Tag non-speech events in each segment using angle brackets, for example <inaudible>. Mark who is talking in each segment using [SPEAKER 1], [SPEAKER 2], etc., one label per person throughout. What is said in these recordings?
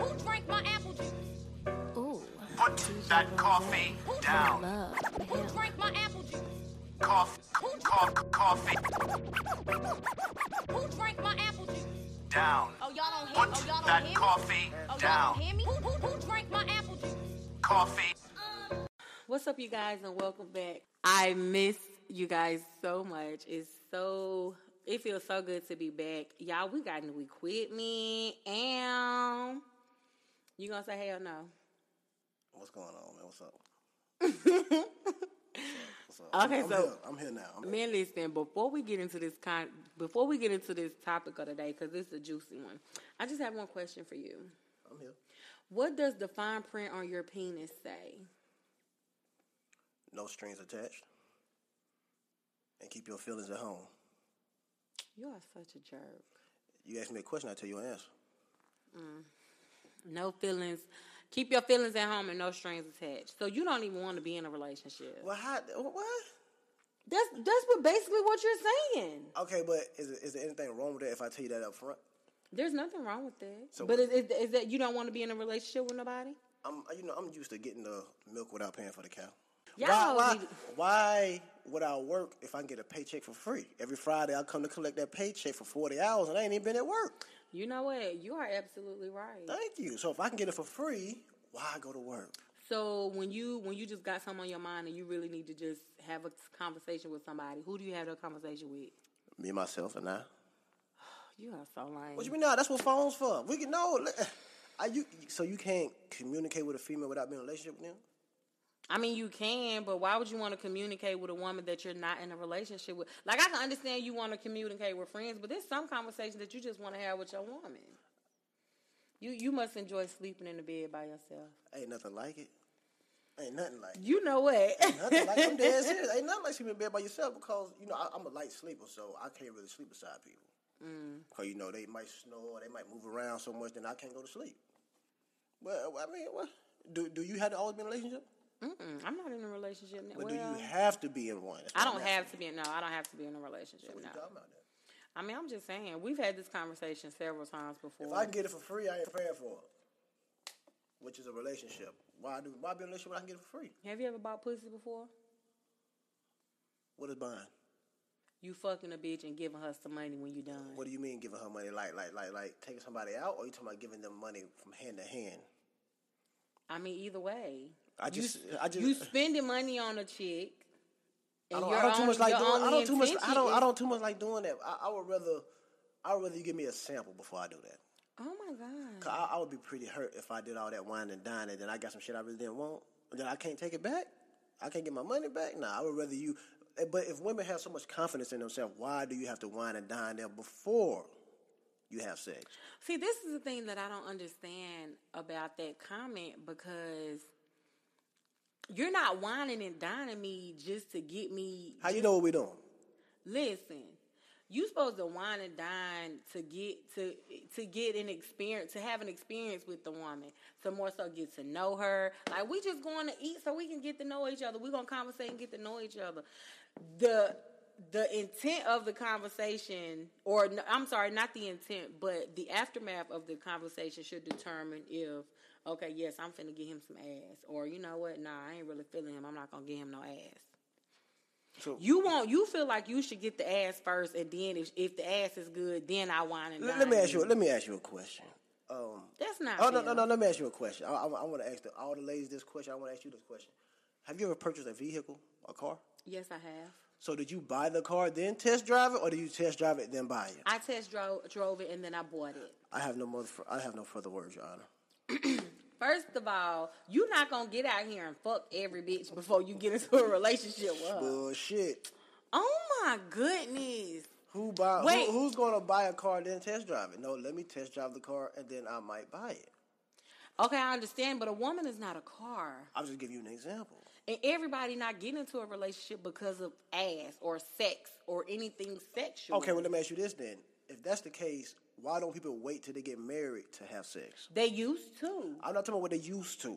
[SPEAKER 1] Who drank my apple juice?
[SPEAKER 2] Ooh.
[SPEAKER 3] Put that coffee
[SPEAKER 1] Who
[SPEAKER 3] down.
[SPEAKER 2] Love.
[SPEAKER 1] Who
[SPEAKER 2] Him.
[SPEAKER 1] drank my apple juice?
[SPEAKER 3] Coffee, coffee, coffee
[SPEAKER 1] Who drank my apple juice?
[SPEAKER 3] down.
[SPEAKER 1] Oh, y'all don't hear
[SPEAKER 3] Put
[SPEAKER 1] Oh, y'all don't
[SPEAKER 3] that
[SPEAKER 1] hear me?
[SPEAKER 3] coffee
[SPEAKER 1] Oh, y'all don't
[SPEAKER 3] down.
[SPEAKER 1] hear me? Um, Who, who, who drank my apple juice?
[SPEAKER 3] Coffee.
[SPEAKER 4] What's up, you guys, and welcome back. I miss you guys so much. It's so it feels so good to be back, y'all. We got new equipment, and you gonna say hell no?
[SPEAKER 5] What's going on, man? What's up? What's up?
[SPEAKER 4] Okay,
[SPEAKER 5] I'm
[SPEAKER 4] so-
[SPEAKER 5] here. I'm here now. I'm
[SPEAKER 4] Man, listen. Before we get into this con, before we get into this topic of the day, because this is a juicy one, I just have one question for you.
[SPEAKER 5] I'm here.
[SPEAKER 4] What does the fine print on your penis say?
[SPEAKER 5] No strings attached. And keep your feelings at home.
[SPEAKER 4] You are such a jerk.
[SPEAKER 5] You ask me a question, I tell you an answer.
[SPEAKER 4] No feelings. Keep your feelings at home and no strings attached. So you don't even want to be in a relationship.
[SPEAKER 5] Well, how? What?
[SPEAKER 4] That's that's what basically what you're saying.
[SPEAKER 5] Okay, but is is there anything wrong with that if I tell you that up front?
[SPEAKER 4] There's nothing wrong with that.
[SPEAKER 5] So-
[SPEAKER 4] but is, is, is that you don't want to be in a relationship with nobody?
[SPEAKER 5] I'm you know I'm used to getting the milk without paying for the cow.
[SPEAKER 4] Y'all
[SPEAKER 5] why,
[SPEAKER 4] need-
[SPEAKER 5] why, why would I work if I can get a paycheck for free? Every Friday I come to collect that paycheck for 40 hours and I ain't even been at work.
[SPEAKER 4] You know what? You are absolutely right.
[SPEAKER 5] Thank you. So if I can get it for free, why go to work?
[SPEAKER 4] So when you when you just got something on your mind and you really need to just have a conversation with somebody, who do you have that conversation with?
[SPEAKER 5] Me, myself, and I.
[SPEAKER 4] You are so lame.
[SPEAKER 5] What you mean? Nah, that's what phones for. We can know. <sighs> Are you so you can't communicate with a female without being in a relationship with them?
[SPEAKER 4] I mean, you can, but why would you want to communicate with a woman that you're not in a relationship with? Like, I can understand you want to communicate with friends, but there's some conversations that you just want to have with your woman. You you must enjoy sleeping in the bed by yourself.
[SPEAKER 5] Ain't nothing like it. Ain't nothing like it.
[SPEAKER 4] You know what? <laughs>
[SPEAKER 5] Nothing like I'm dead serious. Ain't nothing like sleeping in bed by yourself because you know I, I'm a light sleeper, so I can't really sleep beside people.
[SPEAKER 4] Mm.
[SPEAKER 5] Cause you know they might snore, they might move around so much, then I can't go to sleep. Well, I mean, what? Do do you have to always be in a relationship?
[SPEAKER 4] Mm-mm, I'm not in a relationship now.
[SPEAKER 5] Or
[SPEAKER 4] Well,
[SPEAKER 5] do you have to be in one? That's
[SPEAKER 4] I
[SPEAKER 5] what
[SPEAKER 4] don't
[SPEAKER 5] I'm asking.
[SPEAKER 4] have to be. No, I don't have to be in a relationship.
[SPEAKER 5] What you
[SPEAKER 4] no.
[SPEAKER 5] talking about then?
[SPEAKER 4] I mean, I'm just saying we've had this conversation several times before.
[SPEAKER 5] If I can get it for free, I ain't paying for it. Which is a relationship. Why do why be in a relationship when I can get it for free?
[SPEAKER 4] Have you ever bought pussy before?
[SPEAKER 5] What is buying?
[SPEAKER 4] You fucking a bitch and giving her some money when you done.
[SPEAKER 5] What do you mean giving her money? Like like like like taking somebody out, or you talking about giving them money from hand to hand?
[SPEAKER 4] I mean, either way.
[SPEAKER 5] I
[SPEAKER 4] You
[SPEAKER 5] just
[SPEAKER 4] s-
[SPEAKER 5] I just
[SPEAKER 4] you spending money on a chick.
[SPEAKER 5] I
[SPEAKER 4] and
[SPEAKER 5] don't,
[SPEAKER 4] your
[SPEAKER 5] I don't too
[SPEAKER 4] only-
[SPEAKER 5] much like
[SPEAKER 4] your
[SPEAKER 5] doing I
[SPEAKER 4] only
[SPEAKER 5] don't too much I
[SPEAKER 4] intention
[SPEAKER 5] don't I
[SPEAKER 4] is-
[SPEAKER 5] don't too much like doing that. I, I would rather I would rather you give me a sample before I do that.
[SPEAKER 4] Oh my
[SPEAKER 5] 'Cause
[SPEAKER 4] god!
[SPEAKER 5] I, I would be pretty hurt if I did all that wine and dining, then I got some shit I really didn't want. Then I can't take it back. I can't get my money back. Nah, I would rather you. eh, But if women have so much confidence in themselves, why do you have to wine and dine them before you have sex?
[SPEAKER 4] See, this is the thing that I don't understand about that comment because you're not whining and dining me just to get me.
[SPEAKER 5] How you know what we doing?
[SPEAKER 4] Listen, you supposed to wine and dine to get to to get an experience to have an experience with the woman. To more so get to know her. Like we just going to eat so we can get to know each other. We gonna conversate and get to know each other. The the intent of the conversation, or n- I'm sorry, not the intent, but the aftermath of the conversation should determine if, okay, yes, I'm finna get him some ass, or you know what, nah, I ain't really feeling him. I'm not gonna get him no ass.
[SPEAKER 5] So
[SPEAKER 4] You want you feel like you should get the ass first, and then if, if the ass is good, then I want it.
[SPEAKER 5] let, let me ask you. Let me ask you a question. Um,
[SPEAKER 4] That's not.
[SPEAKER 5] oh no no
[SPEAKER 4] fair.
[SPEAKER 5] no. Let me ask you a question. I, I, want to ask the, all the ladies this question. I want to ask you this question. Have you ever purchased a vehicle, a car?
[SPEAKER 4] Yes, I have.
[SPEAKER 5] So did you buy the car then test drive it, or did you test drive it then buy it?
[SPEAKER 4] I test drove drove it, and then I bought it.
[SPEAKER 5] I have no more. I have no further words, Your Honor.
[SPEAKER 4] First of all, you not gonna get out here and fuck every bitch before you get into a relationship with her.
[SPEAKER 5] Bullshit.
[SPEAKER 4] Oh my goodness.
[SPEAKER 5] Who buy?
[SPEAKER 4] Wait.
[SPEAKER 5] Who, who's going to buy a car then test drive it? No, let me test drive the car and then I might buy it.
[SPEAKER 4] Okay, I understand, but a woman is not a car.
[SPEAKER 5] I'm just giving you an example.
[SPEAKER 4] And everybody not getting into a relationship because of ass or sex or anything sexual.
[SPEAKER 5] Okay, well let me ask you this then: If that's the case, why don't people wait till they get married to have sex?
[SPEAKER 4] They used to.
[SPEAKER 5] I'm not talking about what they used to.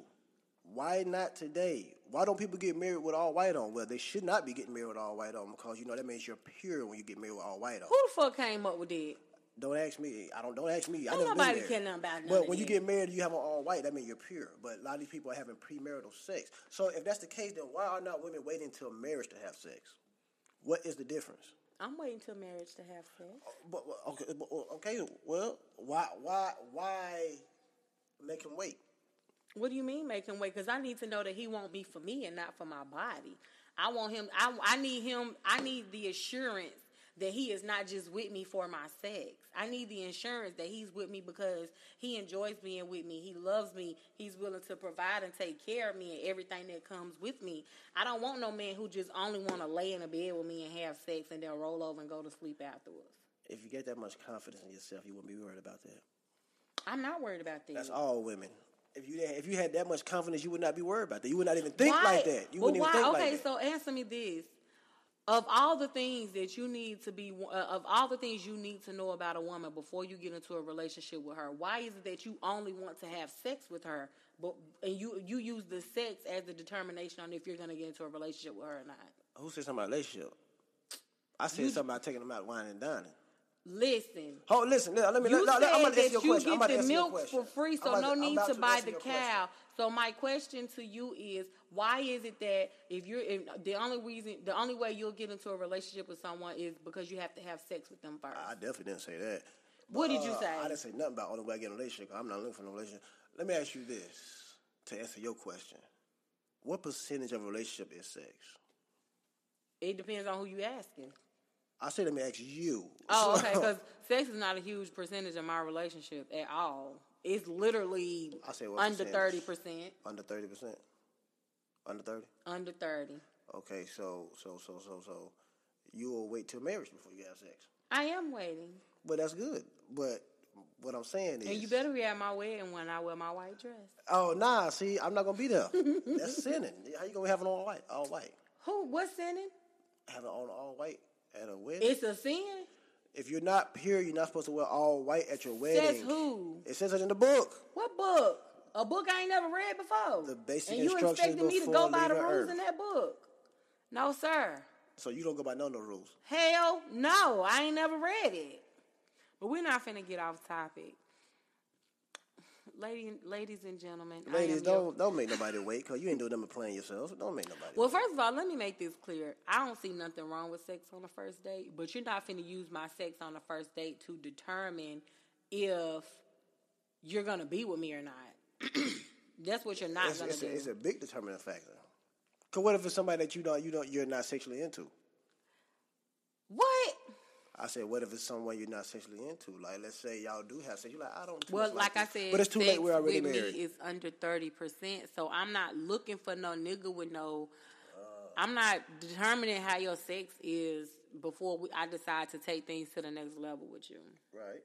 [SPEAKER 5] Why not today? Why don't people get married with all white on? Well, they should not be getting married with all white on because you know that means you're pure when you get married with all white on.
[SPEAKER 4] Who the fuck came up with that?
[SPEAKER 5] Don't ask me. I don't. Don't ask me. I
[SPEAKER 4] Don't
[SPEAKER 5] never been
[SPEAKER 4] nobody
[SPEAKER 5] there.
[SPEAKER 4] care nothing about none
[SPEAKER 5] But
[SPEAKER 4] of
[SPEAKER 5] when you
[SPEAKER 4] this.
[SPEAKER 5] get married, you have an all white. That means you're pure. But a lot of these people are having premarital sex. So if that's the case, then why are not women waiting until marriage to have sex? What is the difference?
[SPEAKER 4] I'm waiting till marriage to have sex.
[SPEAKER 5] But but- okay, but, okay. Well, why why why make him wait?
[SPEAKER 4] What do you mean make him wait? Because I need to know that he won't be for me and not for my body. I want him. I I need him. I need the assurance that he is not just with me for my sex. I need the insurance that he's with me because he enjoys being with me. He loves me. He's willing to provide and take care of me and everything that comes with me. I don't want no man who just only want to lay in a bed with me and have sex and then roll over and go to sleep afterwards.
[SPEAKER 5] If you get that much confidence in yourself, you wouldn't be worried about that.
[SPEAKER 4] I'm not worried about that.
[SPEAKER 5] That's all women. If you if you had that much confidence, you would not be worried about that. You would not even think like that. You
[SPEAKER 4] but
[SPEAKER 5] wouldn't even think
[SPEAKER 4] okay,
[SPEAKER 5] like that.
[SPEAKER 4] so answer me this: of all the things that you need to be, uh, of all the things you need to know about a woman before you get into a relationship with her, why is it that you only want to have sex with her, but and you you use the sex as the determination on if you're going to get into a relationship with her or not?
[SPEAKER 5] Who said something about relationship? I said something about taking them out wine and dining.
[SPEAKER 4] Listen.
[SPEAKER 5] Oh, listen, let let me.
[SPEAKER 4] You
[SPEAKER 5] let- let-
[SPEAKER 4] said
[SPEAKER 5] I'm about to
[SPEAKER 4] that
[SPEAKER 5] ask you a
[SPEAKER 4] you
[SPEAKER 5] question. I'm about
[SPEAKER 4] get
[SPEAKER 5] to
[SPEAKER 4] the
[SPEAKER 5] ask you a
[SPEAKER 4] milk for
[SPEAKER 5] question.
[SPEAKER 4] free,
[SPEAKER 5] I'm
[SPEAKER 4] so
[SPEAKER 5] about
[SPEAKER 4] no
[SPEAKER 5] to- I'm
[SPEAKER 4] need
[SPEAKER 5] about
[SPEAKER 4] to buy
[SPEAKER 5] ask
[SPEAKER 4] the
[SPEAKER 5] you a question.
[SPEAKER 4] cow. So my question to you is, why is it that if you're if the only reason, the only way you'll get into a relationship with someone is because you have to have sex with them first?
[SPEAKER 5] I definitely didn't say that.
[SPEAKER 4] What did you
[SPEAKER 5] Uh,
[SPEAKER 4] say?
[SPEAKER 5] I didn't say nothing about all the way I get in a relationship. I'm not looking for no relationship. Let me ask you this to answer your question: What percentage of a relationship is sex?
[SPEAKER 4] it depends on who you
[SPEAKER 5] <laughs>
[SPEAKER 4] asking.
[SPEAKER 5] I said, let me ask you. <laughs>
[SPEAKER 4] Oh, okay, because sex is not a huge percentage of my relationship at all. It's literally
[SPEAKER 5] I said what
[SPEAKER 4] under thirty
[SPEAKER 5] percentage?
[SPEAKER 4] percent,
[SPEAKER 5] under thirty percent. Under thirty.
[SPEAKER 4] under thirty.
[SPEAKER 5] Okay, so so so so so, you will wait till marriage before you have sex.
[SPEAKER 4] I am waiting,
[SPEAKER 5] But that's good. But what I'm saying is,
[SPEAKER 4] and you better be at my wedding when I wear my white dress.
[SPEAKER 5] Oh nah, see, I'm not gonna be there. That's <laughs> sinning. How you gonna have an all white? All white.
[SPEAKER 4] Who? What's sinning?
[SPEAKER 5] Having on all white at a wedding.
[SPEAKER 4] It's a sin.
[SPEAKER 5] if you're not pure, you're not supposed to wear all white at your wedding.
[SPEAKER 4] Says who?
[SPEAKER 5] It says it in the book.
[SPEAKER 4] What book? A book I ain't never read before.
[SPEAKER 5] The basic
[SPEAKER 4] And you
[SPEAKER 5] instructions
[SPEAKER 4] expecting me to go
[SPEAKER 5] before
[SPEAKER 4] by the
[SPEAKER 5] leaving
[SPEAKER 4] rules
[SPEAKER 5] Earth.
[SPEAKER 4] in that book? No, sir.
[SPEAKER 5] So you don't go by none of the rules.
[SPEAKER 4] Hell no. I ain't never read it. But we're not finna get off topic. Lady, ladies and gentlemen, I
[SPEAKER 5] Ladies,
[SPEAKER 4] am your-
[SPEAKER 5] don't don't make nobody wait, cause you ain't doing nothing but playing yourselves. Don't make nobody.
[SPEAKER 4] Well,
[SPEAKER 5] wait.
[SPEAKER 4] first of all, let me make this clear. I don't see nothing wrong with sex on the first date, but you're not finna use my sex on the first date to determine if you're gonna be with me or not. <clears throat> That's what you're not
[SPEAKER 5] it's,
[SPEAKER 4] gonna
[SPEAKER 5] it's
[SPEAKER 4] do.
[SPEAKER 5] a, it's a big determining factor. Cause what if it's somebody that you don't you don't you're not sexually into?
[SPEAKER 4] What?
[SPEAKER 5] I said, what if it's someone you're not sexually into? Like, let's say y'all do have sex. You're like, I don't. do
[SPEAKER 4] Well,
[SPEAKER 5] this
[SPEAKER 4] like I
[SPEAKER 5] this.
[SPEAKER 4] said,
[SPEAKER 5] but it's too late.
[SPEAKER 4] sex
[SPEAKER 5] We're already
[SPEAKER 4] with
[SPEAKER 5] married.
[SPEAKER 4] Me is under thirty percent, so I'm not looking for no nigga with no. I'm not determining how your sex is before we, I decide to take things to the next level with you.
[SPEAKER 5] right.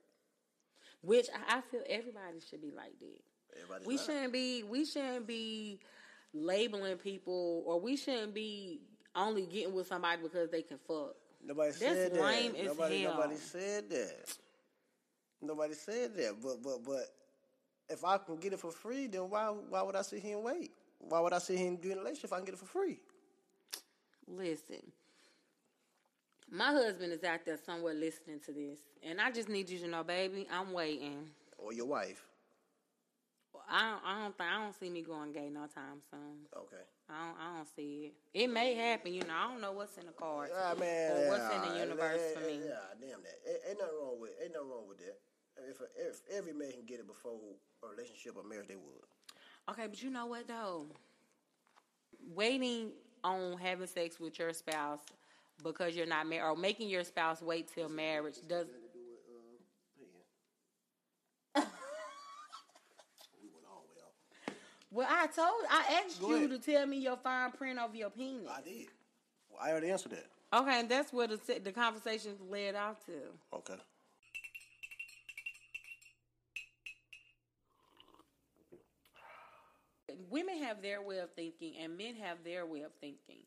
[SPEAKER 4] Which I- I feel everybody should be like that.
[SPEAKER 5] Everybody's
[SPEAKER 4] we
[SPEAKER 5] lying.
[SPEAKER 4] shouldn't be we shouldn't be labeling people or we shouldn't be only getting with somebody because they can fuck.
[SPEAKER 5] Nobody
[SPEAKER 4] That's
[SPEAKER 5] said that.
[SPEAKER 4] lame as
[SPEAKER 5] nobody,
[SPEAKER 4] hell.
[SPEAKER 5] nobody said that. Nobody said that. But but but if I can get it for free, then why why would I sit here and wait? Why would I sit here and do a relationship if I can get it for free?
[SPEAKER 4] Listen. My husband is out there somewhere listening to this. And I just need you to know, baby, I'm waiting.
[SPEAKER 5] Or your wife.
[SPEAKER 4] I don't I don't think I don't see me going gay no time soon.
[SPEAKER 5] Okay.
[SPEAKER 4] I don't I don't see it. It may happen, you know, I don't know what's in the cards.
[SPEAKER 5] Ah man.
[SPEAKER 4] or what's in the
[SPEAKER 5] yeah,
[SPEAKER 4] universe
[SPEAKER 5] yeah,
[SPEAKER 4] for me.
[SPEAKER 5] Yeah, damn that. Ain't, ain't nothing wrong with ain't nothing wrong with that. If, if every man can get it before a relationship or marriage, they would.
[SPEAKER 4] Okay, but you know what though? Waiting on having sex with your spouse because you're not married, or making your spouse wait till marriage does.
[SPEAKER 5] uh,
[SPEAKER 4] <laughs> Well, I told, I asked
[SPEAKER 5] Go
[SPEAKER 4] you
[SPEAKER 5] ahead.
[SPEAKER 4] to tell me your fine print over your penis.
[SPEAKER 5] I did. Well, I already answered that.
[SPEAKER 4] Okay, and that's where the se- the conversation led off to.
[SPEAKER 5] Okay.
[SPEAKER 4] women have their way of thinking and men have their way of thinking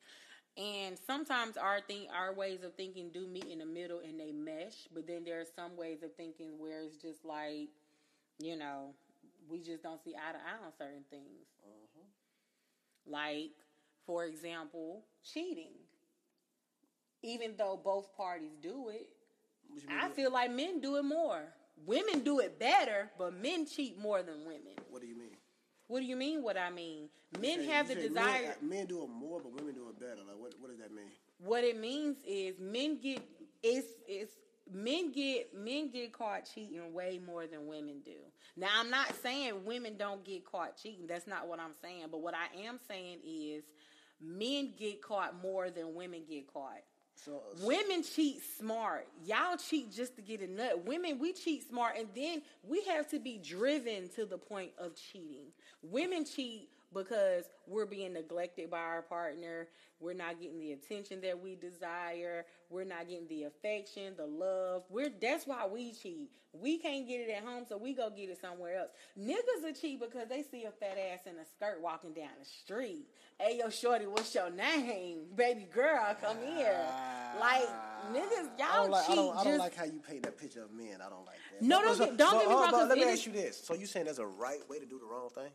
[SPEAKER 4] and sometimes our thing our ways of thinking do meet in the middle and they mesh but then there are some ways of thinking where it's just like you know we just don't see eye to eye on certain things
[SPEAKER 5] Mm-hmm.
[SPEAKER 4] like for example cheating even though both parties do it
[SPEAKER 5] What you mean?
[SPEAKER 4] I feel like men do it more. Women do it better, but men cheat more than women.
[SPEAKER 5] What do you mean?
[SPEAKER 4] What do you mean? What I mean? Men
[SPEAKER 5] Hey,
[SPEAKER 4] have the
[SPEAKER 5] you say
[SPEAKER 4] desire.
[SPEAKER 5] Men, uh, men do it more, but women do it better. Like, what, what does that mean?
[SPEAKER 4] what it means is men get it's it's men get men get caught cheating way more than women do. Now I'm not saying women don't get caught cheating. That's not what I'm saying. But what I am saying is men get caught more than women get caught.
[SPEAKER 5] So,
[SPEAKER 4] Women cheat smart. Y'all cheat just to get a nut. Women, we cheat smart, and then we have to be driven to the point of cheating. Women cheat because we're being neglected by our partner. We're not getting the attention that we desire. We're not getting the affection, the love. We're that's why we cheat. We can't get it at home, so we go get it somewhere else. Niggas will cheat because they see a fat ass in a skirt walking down the street. Hey yo, shorty, what's your name? Baby girl, come here. Like
[SPEAKER 5] I
[SPEAKER 4] niggas, y'all
[SPEAKER 5] don't like.
[SPEAKER 4] cheat
[SPEAKER 5] I don't, I don't
[SPEAKER 4] just
[SPEAKER 5] like how you paint that picture of men. I don't like that.
[SPEAKER 4] No,
[SPEAKER 5] But-
[SPEAKER 4] don't
[SPEAKER 5] but-
[SPEAKER 4] get- don't
[SPEAKER 5] but
[SPEAKER 4] get me
[SPEAKER 5] hold
[SPEAKER 4] wrong,
[SPEAKER 5] on,
[SPEAKER 4] 'cause
[SPEAKER 5] Let me
[SPEAKER 4] it
[SPEAKER 5] ask
[SPEAKER 4] is-
[SPEAKER 5] you this. So you saying there's a right way to do the wrong thing?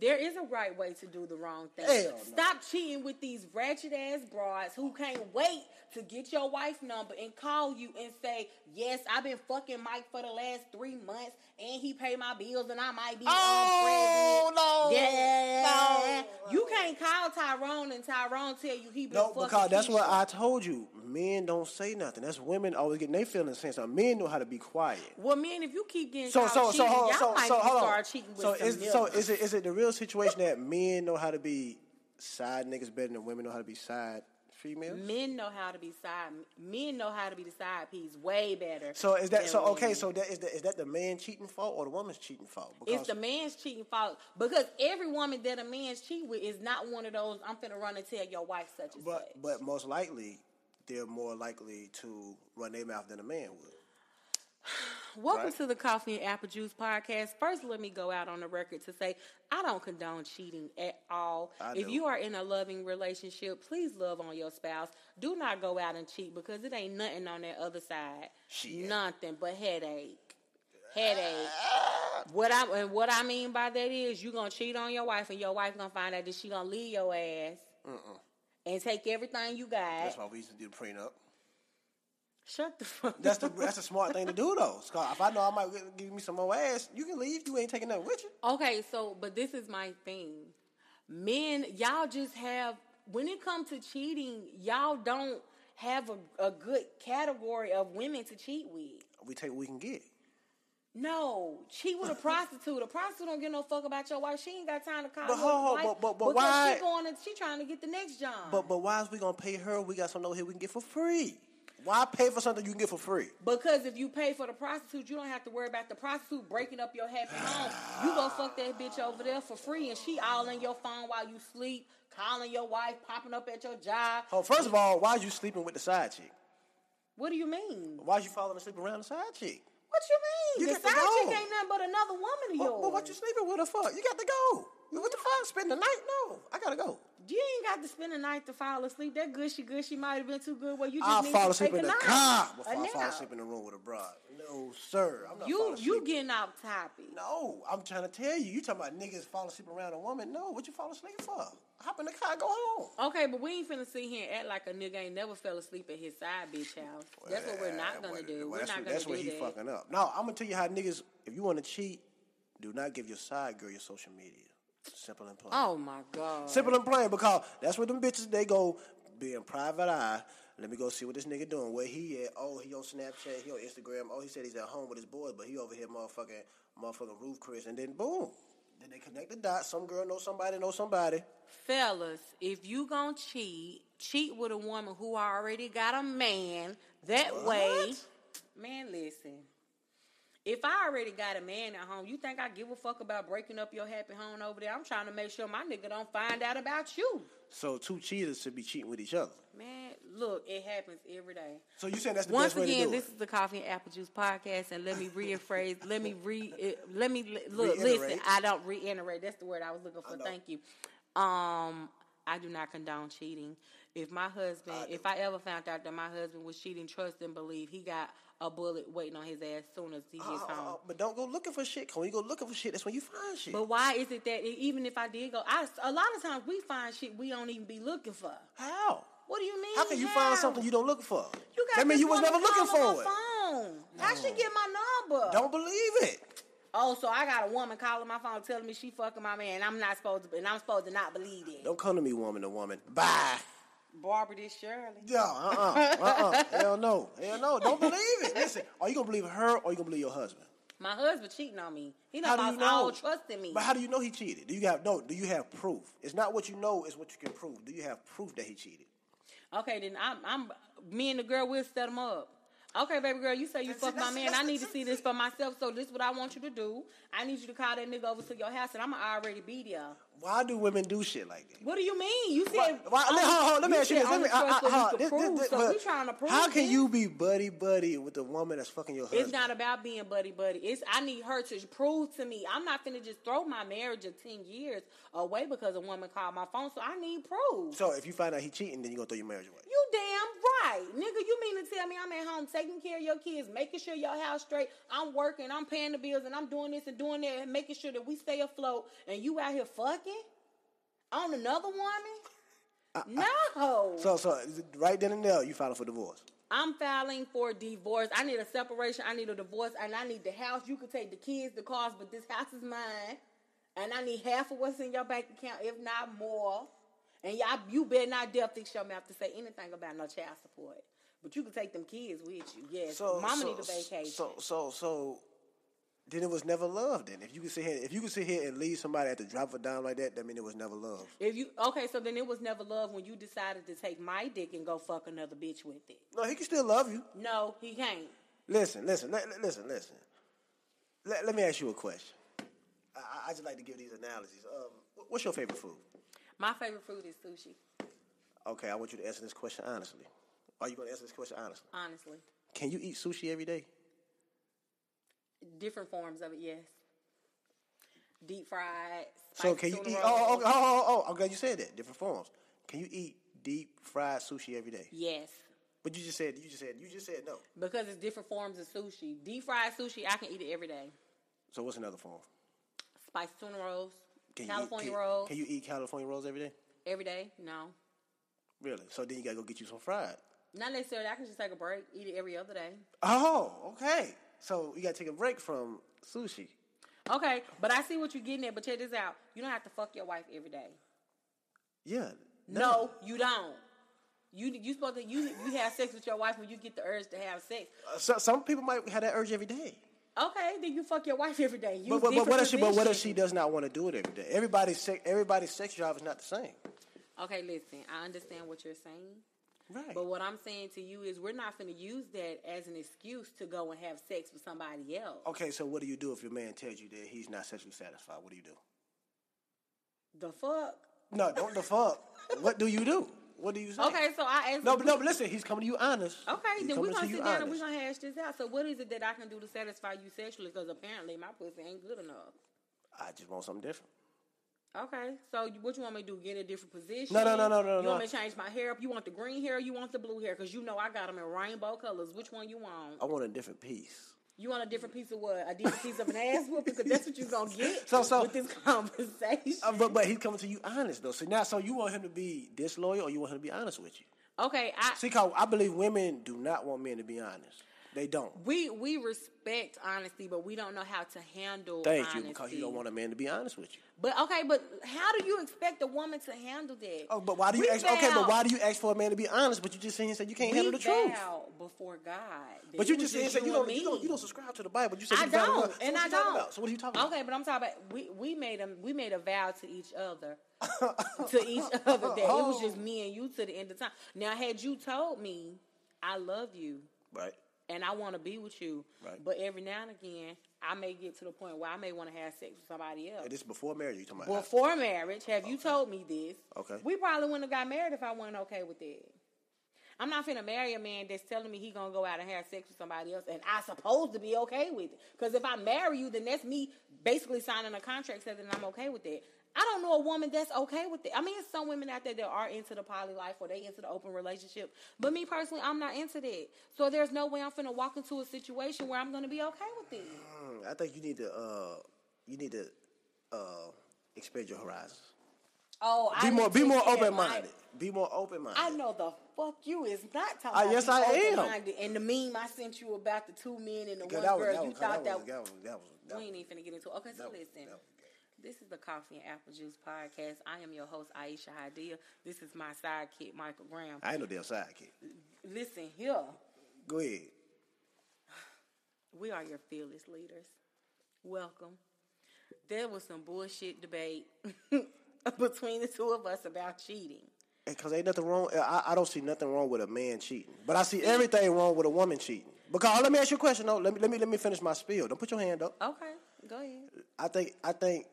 [SPEAKER 4] there is a right way to do the wrong thing.
[SPEAKER 5] Hell no.
[SPEAKER 4] Stop cheating with these ratchet ass broads who can't wait to get your wife number and call you and say, "Yes, I've been fucking Mike for the last three months, and he paid my bills, and I might be on
[SPEAKER 5] Oh, no!
[SPEAKER 4] Yeah, you can't call Tyrone and Tyrone tell you he been
[SPEAKER 5] No,
[SPEAKER 4] fucking
[SPEAKER 5] because that's what
[SPEAKER 4] Keisha.
[SPEAKER 5] I told you. Men don't say nothing. That's women always getting their feelings sense. Men know how to be quiet.
[SPEAKER 4] Well, man, if you keep getting
[SPEAKER 5] So
[SPEAKER 4] caught
[SPEAKER 5] so so
[SPEAKER 4] cheating,
[SPEAKER 5] hold on,
[SPEAKER 4] y'all
[SPEAKER 5] so
[SPEAKER 4] might
[SPEAKER 5] so
[SPEAKER 4] need to
[SPEAKER 5] hold on.
[SPEAKER 4] start cheating with
[SPEAKER 5] So
[SPEAKER 4] some
[SPEAKER 5] is
[SPEAKER 4] milk.
[SPEAKER 5] so is it is it the real situation that men know how to be side niggas better than women know how to be side females?
[SPEAKER 4] men know how to be side men know how to be the side piece way better.
[SPEAKER 5] So is that
[SPEAKER 4] than
[SPEAKER 5] so okay?
[SPEAKER 4] women.
[SPEAKER 5] So that is that is that the man cheating fault or the woman's cheating fault?
[SPEAKER 4] it's the man's cheating fault because every woman that a man's cheat with is not one of those. I'm finna run and tell your wife such and
[SPEAKER 5] but
[SPEAKER 4] such.
[SPEAKER 5] but most likely they're more likely to run their mouth than a man would.
[SPEAKER 4] Welcome
[SPEAKER 5] Right.
[SPEAKER 4] to the Coffee and Apple Juice podcast. First, let me go out on the record to say I don't condone cheating at all.
[SPEAKER 5] I
[SPEAKER 4] if
[SPEAKER 5] do.
[SPEAKER 4] you are in a loving relationship, please love on your spouse. Do not go out and cheat because it ain't nothing on that other side.
[SPEAKER 5] Shit.
[SPEAKER 4] Nothing but headache. Headache.
[SPEAKER 5] Ah.
[SPEAKER 4] What I and what I mean by that is you gonna cheat on your wife and your wife gonna find out that she gonna leave your ass and take everything you got.
[SPEAKER 5] That's why we used to do the prenup.
[SPEAKER 4] Shut the fuck
[SPEAKER 5] That's
[SPEAKER 4] up.
[SPEAKER 5] the that's a smart thing to do though. 'Cause if I know I might get- give me some more ass, you can leave. You ain't taking nothing with you.
[SPEAKER 4] Okay, so but this is my thing. Men, y'all just have when it comes to cheating, y'all don't have a, a good category of women to cheat with.
[SPEAKER 5] We take what we can get.
[SPEAKER 4] No, cheat with a prostitute. A prostitute don't give no fuck about your wife. She ain't got time to call
[SPEAKER 5] But
[SPEAKER 4] your
[SPEAKER 5] hold on,
[SPEAKER 4] wife
[SPEAKER 5] but- but- but
[SPEAKER 4] because
[SPEAKER 5] why-
[SPEAKER 4] she going to, she trying to get the next job.
[SPEAKER 5] But but why is we gonna pay her? We got something over here we can get for free. Why pay for something you can get for free?
[SPEAKER 4] Because if you pay for the prostitute, you don't have to worry about the prostitute breaking up your happy home. You go fuck that bitch over there for free, and she all in your phone while you sleep, calling your wife, popping up at your job.
[SPEAKER 5] Oh, first of all, why is you sleeping with the side chick?
[SPEAKER 4] What do you mean?
[SPEAKER 5] Why is you falling asleep around the side chick?
[SPEAKER 4] What you mean?
[SPEAKER 5] You
[SPEAKER 4] the
[SPEAKER 5] get to
[SPEAKER 4] side chick
[SPEAKER 5] go.
[SPEAKER 4] ain't nothing but another woman of
[SPEAKER 5] Well,
[SPEAKER 4] yours.
[SPEAKER 5] well, what you sleeping with? The fuck? You got to go. What the fuck? Spend the night? No, I gotta go.
[SPEAKER 4] You ain't got to spend the night to fall asleep. That gushy gushy might have been too good. Well, you just
[SPEAKER 5] I'll
[SPEAKER 4] need
[SPEAKER 5] fall
[SPEAKER 4] to
[SPEAKER 5] asleep
[SPEAKER 4] take
[SPEAKER 5] in
[SPEAKER 4] a
[SPEAKER 5] the
[SPEAKER 4] nap,
[SPEAKER 5] car
[SPEAKER 4] a
[SPEAKER 5] before I fall
[SPEAKER 4] nap.
[SPEAKER 5] asleep in the room with a broad. No, sir. I'm not falling
[SPEAKER 4] You
[SPEAKER 5] asleep.
[SPEAKER 4] you getting off topic.
[SPEAKER 5] No, I'm trying to tell you. You talking about niggas falling asleep around a woman? No, what you falling asleep for? Hop in the car, go home.
[SPEAKER 4] Okay, but we ain't finna sit here and act like a nigga ain't never fell asleep at his side bitch house. That's what we're not gonna
[SPEAKER 5] Well,
[SPEAKER 4] do.
[SPEAKER 5] well,
[SPEAKER 4] we're
[SPEAKER 5] that's
[SPEAKER 4] not
[SPEAKER 5] what,
[SPEAKER 4] gonna
[SPEAKER 5] that's
[SPEAKER 4] do
[SPEAKER 5] what he
[SPEAKER 4] that.
[SPEAKER 5] fucking up. No, I'm gonna tell you how niggas. If you want to cheat, do not give your side girl your social media. Simple and plain.
[SPEAKER 4] Oh my god.
[SPEAKER 5] Simple and plain because that's what them bitches they go being private eye. Let me go see what this nigga doing. Where he at? Oh, he on Snapchat. He on Instagram. Oh, he said he's at home with his boys, but he over here motherfucking motherfucking roof Chris. And then boom, then they connect the dots. Some girl knows somebody knows somebody.
[SPEAKER 4] Fellas, if you gonna cheat, cheat with a woman who already got a man. That way, man, listen. If I already got a man at home, you think I give a fuck about breaking up your happy home over there? I'm trying to make sure my nigga don't find out about you.
[SPEAKER 5] So two cheaters should be cheating with each other.
[SPEAKER 4] Man, look, it happens every day.
[SPEAKER 5] So you saying that's the
[SPEAKER 4] Once
[SPEAKER 5] best way to
[SPEAKER 4] again,
[SPEAKER 5] do
[SPEAKER 4] this
[SPEAKER 5] it?
[SPEAKER 4] is the Coffee and Apple Juice podcast, and let me rephrase. let me re. eh, Let me li- look. Listen,
[SPEAKER 5] Reiterate.
[SPEAKER 4] I don't reiterate. That's the word I was looking for.
[SPEAKER 5] know.
[SPEAKER 4] Thank you. Um, I do not condone cheating. If my husband,
[SPEAKER 5] I
[SPEAKER 4] if I ever found out that my husband was cheating, trust and believe, he got a bullet waiting on his ass soon as he gets
[SPEAKER 5] Oh, oh,
[SPEAKER 4] home.
[SPEAKER 5] oh, but don't go looking for shit. 'cause When you go looking for shit, that's when you find shit.
[SPEAKER 4] But why is it that e- even if I did go, I a lot of times we find shit we don't even be looking for.
[SPEAKER 5] how?
[SPEAKER 4] What do you mean?
[SPEAKER 5] How can you find
[SPEAKER 4] How?
[SPEAKER 5] something you don't look for?
[SPEAKER 4] You got
[SPEAKER 5] that mean
[SPEAKER 4] this
[SPEAKER 5] you was
[SPEAKER 4] woman
[SPEAKER 5] never looking
[SPEAKER 4] calling
[SPEAKER 5] for it.
[SPEAKER 4] my phone. I should get my number.
[SPEAKER 5] Don't believe it.
[SPEAKER 4] Oh, so I got a woman calling my phone telling me she fucking my man. And I'm not supposed to, and I'm supposed to not believe it.
[SPEAKER 5] Don't come to me, woman to woman. Bye.
[SPEAKER 4] Barbara this Shirley.
[SPEAKER 5] Yeah,
[SPEAKER 4] <laughs>
[SPEAKER 5] uh-uh, uh-uh. Hell no. Hell no. Don't believe it. Listen, are you going to believe her or you going to believe your husband?
[SPEAKER 4] My husband cheating on me. He
[SPEAKER 5] How
[SPEAKER 4] done
[SPEAKER 5] do
[SPEAKER 4] lost
[SPEAKER 5] you know?
[SPEAKER 4] all trust in me.
[SPEAKER 5] But how do you know he cheated? Do you have no? Do you have proof? It's not what you know; it's what you can prove. Do you have proof that he cheated?
[SPEAKER 4] Okay, then I'm, I'm me and the girl will set them up. Okay, baby girl, you say you fuck my man. I need to see this for myself. So this is what I want you to do. I need you to call that nigga over to your house, and I'm already be there.
[SPEAKER 5] Why do women do shit like that?
[SPEAKER 4] What do you mean? You said
[SPEAKER 5] Why, why, let, hold, hold, let me ask you
[SPEAKER 4] said
[SPEAKER 5] this. Let me,
[SPEAKER 4] only trust
[SPEAKER 5] I- I-
[SPEAKER 4] what we
[SPEAKER 5] hold,
[SPEAKER 4] could
[SPEAKER 5] this- this-
[SPEAKER 4] prove,
[SPEAKER 5] this-
[SPEAKER 4] so
[SPEAKER 5] look,
[SPEAKER 4] we trying to prove
[SPEAKER 5] How can
[SPEAKER 4] this?
[SPEAKER 5] you be buddy buddy with a woman that's fucking your husband?
[SPEAKER 4] It's not about being buddy buddy. It's I need her to prove to me. I'm not finna just throw my marriage of ten years away because a woman called my phone. So I need proof.
[SPEAKER 5] so if you find out he cheating, then you gonna throw your marriage away.
[SPEAKER 4] you damn right, nigga. You mean to tell me I'm at home taking care of your kids, making sure your house straight? I'm working, I'm paying the bills, and I'm doing this and doing that, and making sure that we stay afloat. And you out here fucking on another woman? no.
[SPEAKER 5] So so right then and there, you filing for divorce.
[SPEAKER 4] I'm filing for divorce. I need a separation. I need a divorce, and I need the house. You can take the kids, the cars, but this house is mine, and I need half of what's in your bank account, if not more. And y'all, you better not dare fix your mouth to say anything about no child support. But you can take them kids with you. Yes,
[SPEAKER 5] So
[SPEAKER 4] mama
[SPEAKER 5] so,
[SPEAKER 4] need a vacation.
[SPEAKER 5] So so so. Then it was never love. Then if you could sit here, if you could sit here and leave somebody at the drop of a dime like that, that mean it was never love.
[SPEAKER 4] if you okay, so then it was never love when you decided to take my dick and go fuck another bitch with it.
[SPEAKER 5] No, he can still love you.
[SPEAKER 4] No, he can't.
[SPEAKER 5] Listen, listen, li- li- listen, listen. Let, let me ask you a question. I- I, I just like to give these analogies. Um, wh- what's your favorite food?
[SPEAKER 4] My favorite fruit is sushi.
[SPEAKER 5] Okay, I want you to answer this question honestly. Are you going to answer this question honestly?
[SPEAKER 4] Honestly,
[SPEAKER 5] Can you eat sushi every day?
[SPEAKER 4] different forms of it. Yes, deep fried.
[SPEAKER 5] So
[SPEAKER 4] spicy
[SPEAKER 5] can you
[SPEAKER 4] tuna
[SPEAKER 5] eat?
[SPEAKER 4] rolls.
[SPEAKER 5] Oh, okay, oh, oh, oh, I'm glad you said that. Different forms. Can you eat deep fried sushi every day?
[SPEAKER 4] Yes,
[SPEAKER 5] But you just said you just said you just said no.
[SPEAKER 4] because it's different forms of sushi. Deep fried sushi, I can eat it every day.
[SPEAKER 5] So what's another form?
[SPEAKER 4] Spiced tuna rolls,
[SPEAKER 5] Can
[SPEAKER 4] California
[SPEAKER 5] you eat, can,
[SPEAKER 4] rolls,
[SPEAKER 5] Can you eat California rolls every day?
[SPEAKER 4] every day. No,
[SPEAKER 5] Really? So then you gotta go get you some fried.
[SPEAKER 4] not necessarily. I can just take a break, eat it every other day.
[SPEAKER 5] Oh, okay. So you gotta take a break from sushi.
[SPEAKER 4] Okay, but I see what you're getting at. But check this out: you don't have to fuck your wife every day.
[SPEAKER 5] Yeah.
[SPEAKER 4] No, you don't. You you supposed to you you have sex with your wife when you get the urge to have sex.
[SPEAKER 5] Uh, So, some people might have that urge every day.
[SPEAKER 4] Okay, then you fuck your wife every day. You
[SPEAKER 5] But, but, but what if she? But what if
[SPEAKER 4] positions.
[SPEAKER 5] she does not want to do it every day? Everybody's sex, everybody's sex drive is not the same.
[SPEAKER 4] Okay, listen, I understand what you're saying.
[SPEAKER 5] Right.
[SPEAKER 4] But what I'm saying to you is we're not going to use that as an excuse to go and have sex with somebody else.
[SPEAKER 5] okay, so what do you do if your man tells you that he's not sexually satisfied? What do you do?
[SPEAKER 4] The fuck?
[SPEAKER 5] No, don't the fuck. what do you do? What do you say?
[SPEAKER 4] Okay, so I asked
[SPEAKER 5] No, but no, but listen, he's coming to you honest.
[SPEAKER 4] Okay,
[SPEAKER 5] He's
[SPEAKER 4] then we're
[SPEAKER 5] coming
[SPEAKER 4] going to
[SPEAKER 5] you
[SPEAKER 4] sit down and we're
[SPEAKER 5] honest.
[SPEAKER 4] going to hash this out. So what is it that I can do to satisfy you sexually because apparently my pussy ain't good enough.
[SPEAKER 5] I just want something different.
[SPEAKER 4] Okay, so you- what you want me to do? Get in a different position?
[SPEAKER 5] No, no, no, no, no,
[SPEAKER 4] You
[SPEAKER 5] no.
[SPEAKER 4] want me to change my hair up? You want the green hair? Or you want the blue hair? Because you know I got them in rainbow colors. Which one you want?
[SPEAKER 5] I want a different piece.
[SPEAKER 4] You want a different piece of what? A different piece of an ass whooping? Because that's what you're gonna get
[SPEAKER 5] So- so-
[SPEAKER 4] with this conversation.
[SPEAKER 5] Uh, but but he's coming to you honest though. So now, so you want him to be disloyal, or you want him to be honest with you?
[SPEAKER 4] <laughs> okay, I
[SPEAKER 5] See, Kyle, I believe women do not want men to be honest. They don't.
[SPEAKER 4] we we respect honesty, but we don't know how to handle
[SPEAKER 5] Thank
[SPEAKER 4] honesty.
[SPEAKER 5] you because you don't want a man to be honest with you.
[SPEAKER 4] But okay, but how do you expect a woman to handle that?
[SPEAKER 5] Oh, but why do you
[SPEAKER 4] We
[SPEAKER 5] ask? Okay, but
[SPEAKER 4] vowed-
[SPEAKER 5] why do you ask for a man to be honest? But you just saying said you can't
[SPEAKER 4] we
[SPEAKER 5] handle the truth.
[SPEAKER 4] vowed before God? that
[SPEAKER 5] But you
[SPEAKER 4] it was
[SPEAKER 5] just saying said you
[SPEAKER 4] and
[SPEAKER 5] don't, you
[SPEAKER 4] me.
[SPEAKER 5] don't you don't subscribe to the Bible. You said
[SPEAKER 4] I
[SPEAKER 5] you value
[SPEAKER 4] don't,
[SPEAKER 5] love. So
[SPEAKER 4] and
[SPEAKER 5] what
[SPEAKER 4] I
[SPEAKER 5] you talking
[SPEAKER 4] don't.
[SPEAKER 5] about? So what are you talking about?
[SPEAKER 4] Okay, but I'm talking about we, we made a we made a vow to
[SPEAKER 5] <laughs>
[SPEAKER 4] each other, to each other that it was just me and you to the end of time. Now, had you told me I love you
[SPEAKER 5] Right.
[SPEAKER 4] and I want to be with you,
[SPEAKER 5] Right.
[SPEAKER 4] but every now and again I may get to the point where I may want to have sex with somebody else.
[SPEAKER 5] And This is before marriage. You talking about?
[SPEAKER 4] Before marriage, have you told me this?
[SPEAKER 5] Okay.
[SPEAKER 4] We probably wouldn't have got married if I wasn't okay with that. I'm not finna marry a man that's telling me he gonna go out and have sex with somebody else, and I supposed to be okay with it. Because if I marry you, then that's me basically signing a contract saying that I'm okay with that. I don't know a woman that's okay with it. I mean, there's some women out there that are into the poly life or they into the open relationship, but me personally, I'm not into that. So there's no way I'm finna walk into a situation where I'm gonna be okay with it.
[SPEAKER 5] Hmm, I think you need to uh, you need to uh, expand your horizons.
[SPEAKER 4] Oh, I
[SPEAKER 5] Be more be
[SPEAKER 4] legit
[SPEAKER 5] more
[SPEAKER 4] feel like-
[SPEAKER 5] open minded. Be more open minded.
[SPEAKER 4] I know the fuck you is not talking
[SPEAKER 5] Ah,
[SPEAKER 4] about
[SPEAKER 5] yes,
[SPEAKER 4] you
[SPEAKER 5] I am.
[SPEAKER 4] open-minded. And the meme I sent you about the two men and the
[SPEAKER 5] Because
[SPEAKER 4] one
[SPEAKER 5] that
[SPEAKER 4] girl,
[SPEAKER 5] was that
[SPEAKER 4] you
[SPEAKER 5] was
[SPEAKER 4] thought that,
[SPEAKER 5] that was that was that was that
[SPEAKER 4] we ain't
[SPEAKER 5] was-
[SPEAKER 4] even finna get into it. Okay, so
[SPEAKER 5] that was-
[SPEAKER 4] listen.
[SPEAKER 5] that was-
[SPEAKER 4] This is the Coffee and Apple Juice podcast. I am your host, Aisha Hadia. This is my sidekick, Michael Graham.
[SPEAKER 5] I ain't no damn sidekick.
[SPEAKER 4] Listen here,
[SPEAKER 5] Go ahead.
[SPEAKER 4] we are your fearless leaders. Welcome. There was some bullshit debate <laughs> between the two of us about cheating.
[SPEAKER 5] Because ain't nothing wrong. I, I don't see nothing wrong with a man cheating, but I see everything wrong with a woman cheating. Because let me ask you a question though. Let me let me let me finish my spiel. Don't put your hand up.
[SPEAKER 4] Okay, go ahead.
[SPEAKER 5] I think I think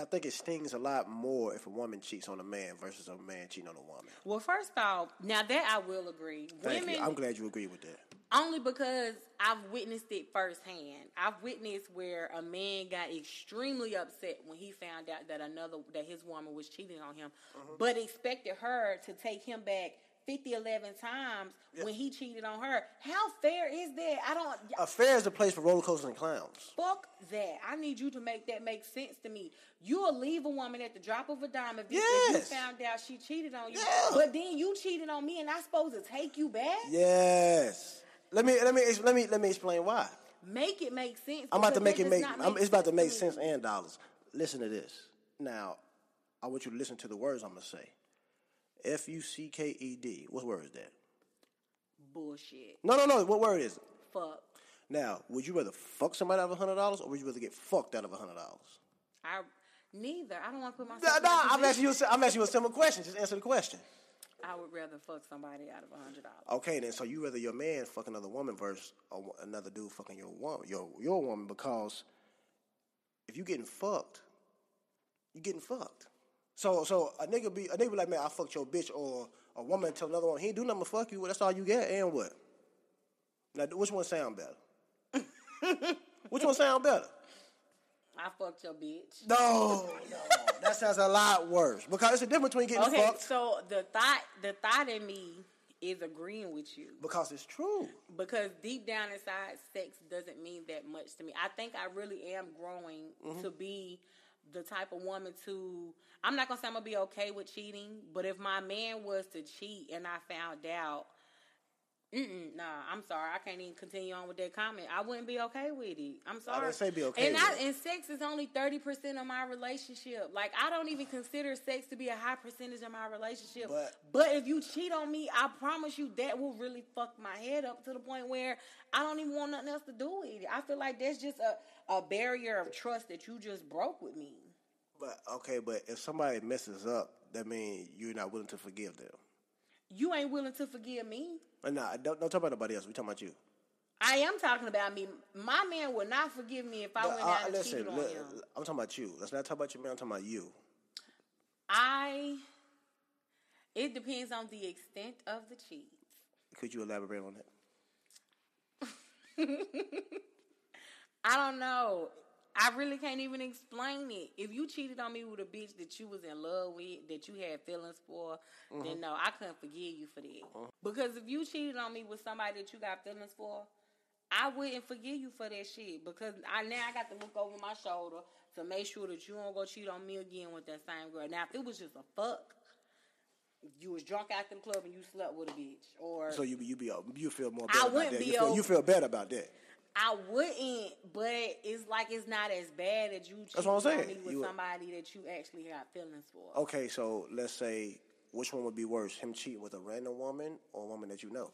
[SPEAKER 5] I think it stings a lot more if a woman cheats on a man versus a man cheating on a woman.
[SPEAKER 4] Well, first off, now that I will agree,
[SPEAKER 5] Thank
[SPEAKER 4] women
[SPEAKER 5] you. I'm glad you agree with that.
[SPEAKER 4] only because I've witnessed it firsthand. I've witnessed where a man got extremely upset when he found out that another that his woman was cheating on him,
[SPEAKER 5] Mm-hmm.
[SPEAKER 4] but expected her to take him back 50, 11 times when he cheated on her. How fair is that? I don't.
[SPEAKER 5] A fair is a place for roller coasters and clowns.
[SPEAKER 4] Fuck that. I need you to make that make sense to me. You'll leave a woman at the drop of a dime if, you- if
[SPEAKER 5] Yes.
[SPEAKER 4] you found out she cheated on you.
[SPEAKER 5] Yeah.
[SPEAKER 4] But then you cheated on me and I'm supposed to take you back?
[SPEAKER 5] Yes. Let me let me ex- let me let me explain why.
[SPEAKER 4] Make it make sense.
[SPEAKER 5] I'm about to
[SPEAKER 4] because
[SPEAKER 5] make
[SPEAKER 4] that
[SPEAKER 5] it
[SPEAKER 4] does
[SPEAKER 5] make.
[SPEAKER 4] not
[SPEAKER 5] I'm, it's about to make
[SPEAKER 4] me.
[SPEAKER 5] sense and dollars. Listen to this. Now, I want you to listen to the words I'm gonna say. F U C K E D. What word is that?
[SPEAKER 4] Bullshit.
[SPEAKER 5] No, no, no. What word is it?
[SPEAKER 4] Fuck.
[SPEAKER 5] Now, would you rather fuck somebody out of hundred dollars, or would you rather get fucked out of hundred dollars?
[SPEAKER 4] I neither. I don't want to put
[SPEAKER 5] No,
[SPEAKER 4] myself. in
[SPEAKER 5] no,
[SPEAKER 4] that
[SPEAKER 5] I'm
[SPEAKER 4] position.
[SPEAKER 5] asking you. A, I'm asking you a simple question. Just answer the question.
[SPEAKER 4] I would rather fuck somebody out of a hundred dollars.
[SPEAKER 5] Okay, then. So you rather your man fuck another woman versus a, wo- another dude fucking your woman, your your woman, because if you getting fucked, you getting fucked. So so a nigga be a nigga be like, man, I fucked your bitch, or a woman tell another one he ain't do nothing but fuck you. Well, that's all you get, and what? Now, which one sound better? <laughs> which one sound better?
[SPEAKER 4] I fucked your bitch.
[SPEAKER 5] No, <laughs> no, that sounds a lot worse because it's a difference between getting
[SPEAKER 4] Okay,
[SPEAKER 5] fucked
[SPEAKER 4] so the thought, the thought in me is agreeing with you
[SPEAKER 5] because it's true.
[SPEAKER 4] because deep down inside, sex doesn't mean that much to me. I think I really am growing
[SPEAKER 5] Mm-hmm.
[SPEAKER 4] to be the type of woman to. I'm not gonna say I'm gonna be okay with cheating, but if my man was to cheat and I found out. Mm-mm, nah, I'm sorry. I can't even continue on with that comment. I wouldn't be okay with it. I'm sorry.
[SPEAKER 5] say be okay
[SPEAKER 4] And
[SPEAKER 5] with
[SPEAKER 4] I
[SPEAKER 5] it.
[SPEAKER 4] and sex is only thirty percent of my relationship. Like I don't even consider sex to be a high percentage of my relationship.
[SPEAKER 5] But-
[SPEAKER 4] But if you cheat on me, I promise you that will really fuck my head up to the point where I don't even want nothing else to do with it. I feel like that's just a, a barrier of trust that you just broke with me.
[SPEAKER 5] But okay, but if somebody messes up, that means you're not willing to forgive them.
[SPEAKER 4] You ain't willing to forgive me.
[SPEAKER 5] And nah, don't, don't talk about nobody else. We talking about you.
[SPEAKER 4] I am talking about me. My man will not forgive me if I went
[SPEAKER 5] Uh,
[SPEAKER 4] out and
[SPEAKER 5] listen,
[SPEAKER 4] cheated on
[SPEAKER 5] li-
[SPEAKER 4] him.
[SPEAKER 5] I'm talking about you. Let's not talk about your man. I'm talking about you.
[SPEAKER 4] I. It depends on the extent of the cheat.
[SPEAKER 5] Could you elaborate on that?
[SPEAKER 4] I don't know. I really can't even explain it. If you cheated on me with a bitch that you was in love with, that you had feelings for, then no, I couldn't forgive you for that. Because if you cheated on me with somebody that you got feelings for, I wouldn't forgive you for that shit. Because I now I got to look over my shoulder to make sure that you don't go cheat on me again with that same girl. Now if it was just a fuck, you was drunk out the club and you slept with a bitch, or
[SPEAKER 5] So you be- you be uh, you feel more
[SPEAKER 4] I
[SPEAKER 5] better about
[SPEAKER 4] wouldn't
[SPEAKER 5] that.
[SPEAKER 4] be
[SPEAKER 5] You feel,
[SPEAKER 4] o-
[SPEAKER 5] you feel better about that.
[SPEAKER 4] I wouldn't, but it's like it's not as bad as you cheating
[SPEAKER 5] That's what I'm
[SPEAKER 4] on me
[SPEAKER 5] saying.
[SPEAKER 4] with
[SPEAKER 5] You Oh. would-
[SPEAKER 4] somebody that you actually got feelings for.
[SPEAKER 5] Okay, so let's say which one would be worse? Him cheating with a random woman or a woman that you know?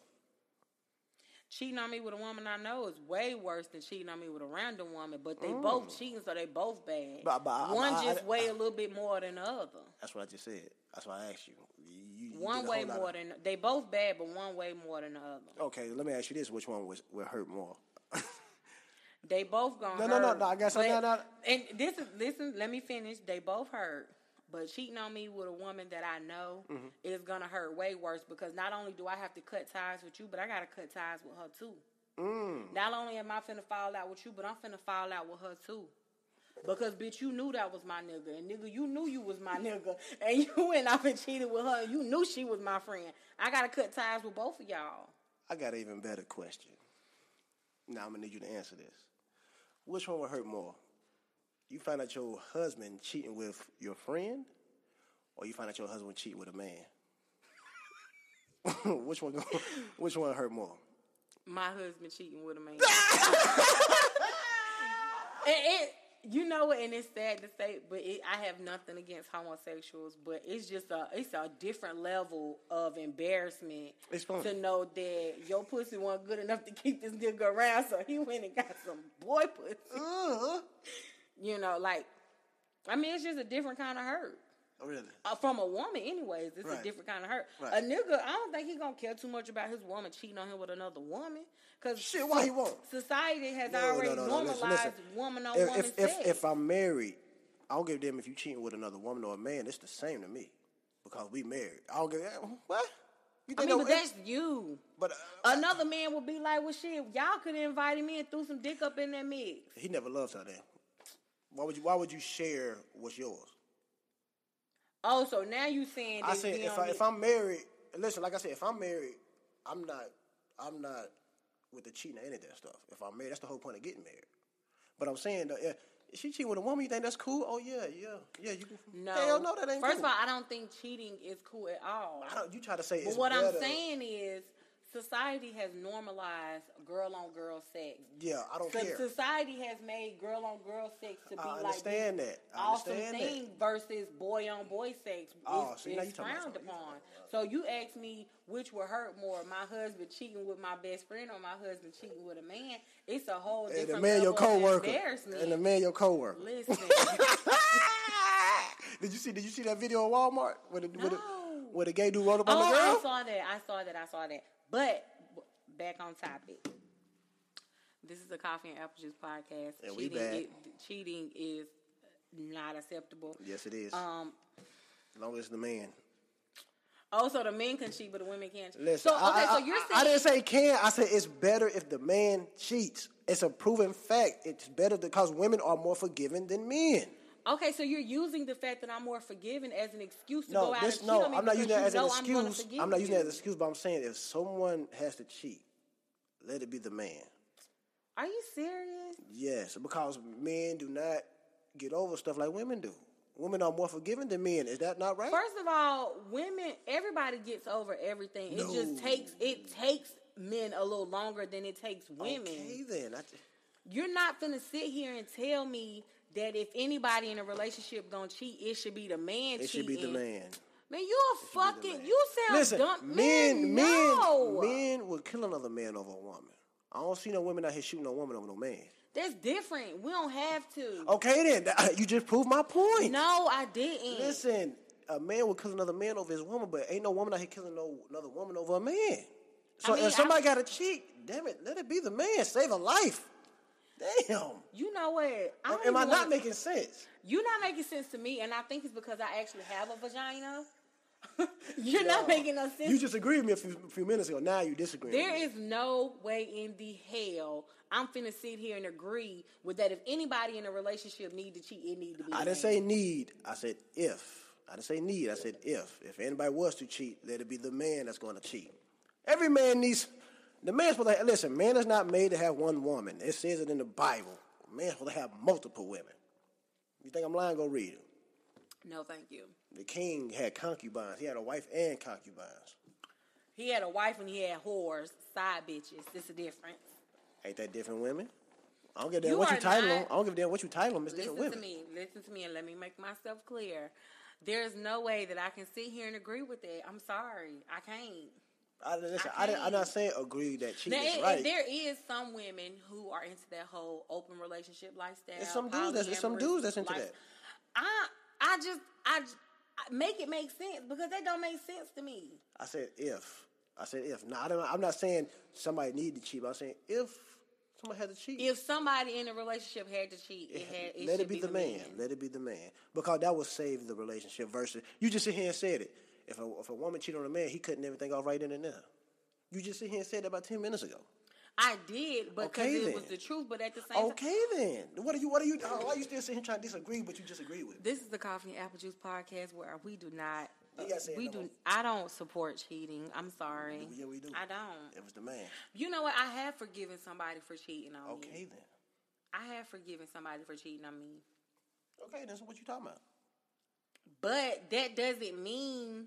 [SPEAKER 4] Cheating on me with a woman I know is way worse than cheating on me with a random woman, but they both cheating, so they both bad.
[SPEAKER 5] Mm. But- but I-
[SPEAKER 4] One
[SPEAKER 5] I-
[SPEAKER 4] just
[SPEAKER 5] I-
[SPEAKER 4] weigh a little bit more than the other.
[SPEAKER 5] That's what I just said. That's why I asked you. You- you
[SPEAKER 4] One
[SPEAKER 5] did a
[SPEAKER 4] way
[SPEAKER 5] whole lot
[SPEAKER 4] more
[SPEAKER 5] of-
[SPEAKER 4] than they both bad, but one way more than the other.
[SPEAKER 5] Okay, let me ask you this: Which one was will hurt more? <laughs>
[SPEAKER 4] They both gone.
[SPEAKER 5] No, no, no,
[SPEAKER 4] hurt,
[SPEAKER 5] no, I guess I-
[SPEAKER 4] but-
[SPEAKER 5] no, no.
[SPEAKER 4] And this is listen. Let me finish. They both hurt, but cheating on me with a woman that I know
[SPEAKER 5] Mm-hmm.
[SPEAKER 4] is gonna hurt way worse because not only do I have to cut ties with you, but I gotta cut ties with her too.
[SPEAKER 5] Mm.
[SPEAKER 4] Not only am I finna fall out with you, but I'm finna fall out with her too. Because bitch, you knew that was my nigga, and nigga, you knew you was
[SPEAKER 5] <laughs>
[SPEAKER 4] my nigga, and you went off and cheated with her. You knew she was my friend. I gotta cut ties with both of y'all.
[SPEAKER 5] I got an even better question. Now I'm gonna need you to answer this. Which one would hurt more? You find out your husband cheating with your friend, or you find out your husband cheat with a man? <laughs> which one? Go, which one hurt more?
[SPEAKER 4] my husband cheating with a man. and it, you know what? And it's sad to say, but it, I have nothing against homosexuals, but it's just a it's a different level of embarrassment
[SPEAKER 5] Explain.
[SPEAKER 4] to know that your pussy wasn't good enough to keep this nigga around, so he went and got some boy pussy. You know, like I mean, it's just a different kind of hurt.
[SPEAKER 5] Oh, really?
[SPEAKER 4] Uh, from a woman, anyways, it's
[SPEAKER 5] Right.
[SPEAKER 4] a different kind of hurt.
[SPEAKER 5] Right.
[SPEAKER 4] A nigga, I don't think he gonna care too much about his woman cheating on him with another woman. Cause
[SPEAKER 5] Shit, why he won't?
[SPEAKER 4] Society has already normalized woman on woman
[SPEAKER 5] if, if,
[SPEAKER 4] sex.
[SPEAKER 5] if, if I'm married, I don't give a damn if you cheating with another woman or a man. It's the same to me because we married. I don't give a what. You
[SPEAKER 4] I
[SPEAKER 5] think
[SPEAKER 4] mean,
[SPEAKER 5] that-
[SPEAKER 4] but that's you.
[SPEAKER 5] but, uh,
[SPEAKER 4] Another man would be like, "Well, shit, y'all could have invited me and threw some dick up in that mix."
[SPEAKER 5] he never loved her. Then why would you? Why would you share what's yours?
[SPEAKER 4] Oh, so now you saying?
[SPEAKER 5] I
[SPEAKER 4] that
[SPEAKER 5] said
[SPEAKER 4] we
[SPEAKER 5] if
[SPEAKER 4] don't
[SPEAKER 5] I, if
[SPEAKER 4] need-
[SPEAKER 5] I'm married, listen, like I said, if I'm married, I'm not I'm not with the cheating or any of that stuff. If I'm married, that's the whole point of getting married. But I'm saying that yeah, if she cheat with a woman, you think that's cool? Oh yeah, yeah, yeah. You can,
[SPEAKER 4] no,
[SPEAKER 5] hell no, that ain't.
[SPEAKER 4] First
[SPEAKER 5] cool.
[SPEAKER 4] of all, I don't think cheating is cool at all.
[SPEAKER 5] I don't. You try to say
[SPEAKER 4] But
[SPEAKER 5] it's
[SPEAKER 4] what I'm
[SPEAKER 5] better.
[SPEAKER 4] saying is, society has normalized girl on girl sex.
[SPEAKER 5] Yeah, I don't
[SPEAKER 4] So
[SPEAKER 5] care.
[SPEAKER 4] society has made girl on girl sex to be
[SPEAKER 5] I
[SPEAKER 4] like
[SPEAKER 5] understand
[SPEAKER 4] this
[SPEAKER 5] that. I
[SPEAKER 4] awesome
[SPEAKER 5] understand that.
[SPEAKER 4] thing versus boy on boy sex.
[SPEAKER 5] Oh,
[SPEAKER 4] it's,
[SPEAKER 5] see, now you
[SPEAKER 4] it's
[SPEAKER 5] talking about
[SPEAKER 4] frowned
[SPEAKER 5] something.
[SPEAKER 4] upon. So you asked me which would hurt more, my husband cheating with my best friend or my husband cheating with a man. It's a whole
[SPEAKER 5] and
[SPEAKER 4] different
[SPEAKER 5] the man your
[SPEAKER 4] level of
[SPEAKER 5] coworker,
[SPEAKER 4] embarrassment.
[SPEAKER 5] and the man your coworker. <laughs>
[SPEAKER 4] Listen,
[SPEAKER 5] did you see? Did you see that video at Walmart where the, where, the,
[SPEAKER 4] No.
[SPEAKER 5] where the gay dude wrote up on the girl?
[SPEAKER 4] oh, I saw that. I saw that. I saw that. But b- back on topic. This is the Coffee and Apple Juice podcast.
[SPEAKER 5] And we
[SPEAKER 4] cheating,
[SPEAKER 5] back.
[SPEAKER 4] i- cheating is not acceptable.
[SPEAKER 5] Yes, it is.
[SPEAKER 4] Um,
[SPEAKER 5] as long as the man.
[SPEAKER 4] Oh, so the men can cheat, but the women can't. cheat.
[SPEAKER 5] Listen,
[SPEAKER 4] so okay,
[SPEAKER 5] I, I-
[SPEAKER 4] so you're
[SPEAKER 5] I-
[SPEAKER 4] saying
[SPEAKER 5] I didn't say can. I said it's better if the man cheats. It's a proven fact. It's better because women are more forgiving than men.
[SPEAKER 4] okay, so you're using the fact that I'm more forgiving as an excuse to
[SPEAKER 5] No,
[SPEAKER 4] go out
[SPEAKER 5] this
[SPEAKER 4] and
[SPEAKER 5] no.
[SPEAKER 4] cheat on me
[SPEAKER 5] I'm not
[SPEAKER 4] because
[SPEAKER 5] using that
[SPEAKER 4] you
[SPEAKER 5] as an
[SPEAKER 4] know I'm, gonna
[SPEAKER 5] excuse.
[SPEAKER 4] forgive
[SPEAKER 5] I'm not using
[SPEAKER 4] you.
[SPEAKER 5] that as an excuse. But I'm saying if someone has to cheat, let it be the man.
[SPEAKER 4] Are you serious?
[SPEAKER 5] Yes, because men do not get over stuff like women do. Women are more forgiving than men. Is that not right?
[SPEAKER 4] First of all, women, everybody gets over everything. It
[SPEAKER 5] No.
[SPEAKER 4] just takes it takes men a little longer than it takes women.
[SPEAKER 5] Okay, then. I,
[SPEAKER 4] You're not gonna sit here and tell me that if anybody in a relationship gonna cheat, it should be the man.
[SPEAKER 5] it should be the
[SPEAKER 4] cheating.
[SPEAKER 5] man.
[SPEAKER 4] Man, you a
[SPEAKER 5] It should be the
[SPEAKER 4] fucking.
[SPEAKER 5] man.
[SPEAKER 4] You sound
[SPEAKER 5] Listen,
[SPEAKER 4] dumb.
[SPEAKER 5] Men, men,
[SPEAKER 4] no.
[SPEAKER 5] men will kill another man over a woman. I don't see no women out here shooting no woman over no man.
[SPEAKER 4] That's different. We don't have to.
[SPEAKER 5] Okay, then. that- <laughs> You just proved my point.
[SPEAKER 4] No, I didn't.
[SPEAKER 5] Listen, a man will kill another man over his woman, but ain't no woman out here killing no another woman over a man. So
[SPEAKER 4] mean,
[SPEAKER 5] if somebody
[SPEAKER 4] I-
[SPEAKER 5] got to cheat, damn it, let it be the man. Save a life. Damn.
[SPEAKER 4] You know what? I don't
[SPEAKER 5] Am I
[SPEAKER 4] even
[SPEAKER 5] not
[SPEAKER 4] wanna-
[SPEAKER 5] making sense?
[SPEAKER 4] You're not making sense to me, and I think it's because I actually have a vagina. <laughs> You're not making no sense.
[SPEAKER 5] You just agreed with me a few, few minutes ago. Now you disagree.
[SPEAKER 4] there
[SPEAKER 5] with me.
[SPEAKER 4] is no way in the hell I'm finna sit here and agree with that. If anybody in a relationship need to cheat, it need to be.
[SPEAKER 5] I
[SPEAKER 4] the
[SPEAKER 5] didn't
[SPEAKER 4] man.
[SPEAKER 5] say need. I said if. I didn't say need. I said if. If anybody was to cheat, let it be the man that's going to cheat. Every man needs. The man's supposed to listen. Man is not made to have one woman. It says it in the Bible. Man's supposed to have multiple women. You think I'm lying? Go read it.
[SPEAKER 4] no, thank you.
[SPEAKER 5] The king had concubines. He had a wife and concubines.
[SPEAKER 4] He had a wife and he had whores, side bitches. It's a difference.
[SPEAKER 5] Ain't that different women? I don't give a damn
[SPEAKER 4] You
[SPEAKER 5] what you
[SPEAKER 4] are
[SPEAKER 5] title
[SPEAKER 4] not-
[SPEAKER 5] them. I don't give a damn what you title them. It's
[SPEAKER 4] Listen
[SPEAKER 5] different women.
[SPEAKER 4] to me. Listen to me, and let me make myself clear. There is no way that I can sit here and agree with that. I'm sorry, I can't.
[SPEAKER 5] I, listen,
[SPEAKER 4] I
[SPEAKER 5] I didn't, I'm not
[SPEAKER 4] can't.
[SPEAKER 5] saying agree that cheating
[SPEAKER 4] Now,
[SPEAKER 5] is
[SPEAKER 4] and-
[SPEAKER 5] right.
[SPEAKER 4] and there is some women who are into that whole open relationship lifestyle.
[SPEAKER 5] There's some dudes that's- there's some dudes that's into
[SPEAKER 4] polyamorous
[SPEAKER 5] that.
[SPEAKER 4] I I just I, j- I- make it make sense because that don't make sense to me.
[SPEAKER 5] I said if. I said if. No, I don't, I'm not saying somebody need to cheat. But I'm saying if somebody had to cheat,
[SPEAKER 4] If somebody in a relationship had to cheat, it had it
[SPEAKER 5] let
[SPEAKER 4] should
[SPEAKER 5] it be, the, man.
[SPEAKER 4] man.
[SPEAKER 5] Let it be the man because that would save the relationship. Versus you just sit here and said it. If a, if a woman cheated on a man, he cutting everything off right then and there. You just sit here and said that about ten minutes ago.
[SPEAKER 4] I did because
[SPEAKER 5] Okay,
[SPEAKER 4] it
[SPEAKER 5] then.
[SPEAKER 4] was the truth, but at the same time.
[SPEAKER 5] Okay then, what are you? What are you? uh, Why you still sitting here trying to disagree? But you disagree with. me?
[SPEAKER 4] This is the Coffee and Apple Juice podcast where we do not.
[SPEAKER 5] You gotta say it
[SPEAKER 4] we
[SPEAKER 5] no
[SPEAKER 4] do.
[SPEAKER 5] more.
[SPEAKER 4] I don't support cheating. I'm sorry.
[SPEAKER 5] Yeah, we do.
[SPEAKER 4] I don't.
[SPEAKER 5] It was the man.
[SPEAKER 4] You know what? I have forgiven somebody for cheating on me.
[SPEAKER 5] Okay then.
[SPEAKER 4] I have forgiven somebody for cheating on me.
[SPEAKER 5] Okay then. So what you talking about?
[SPEAKER 4] But that doesn't mean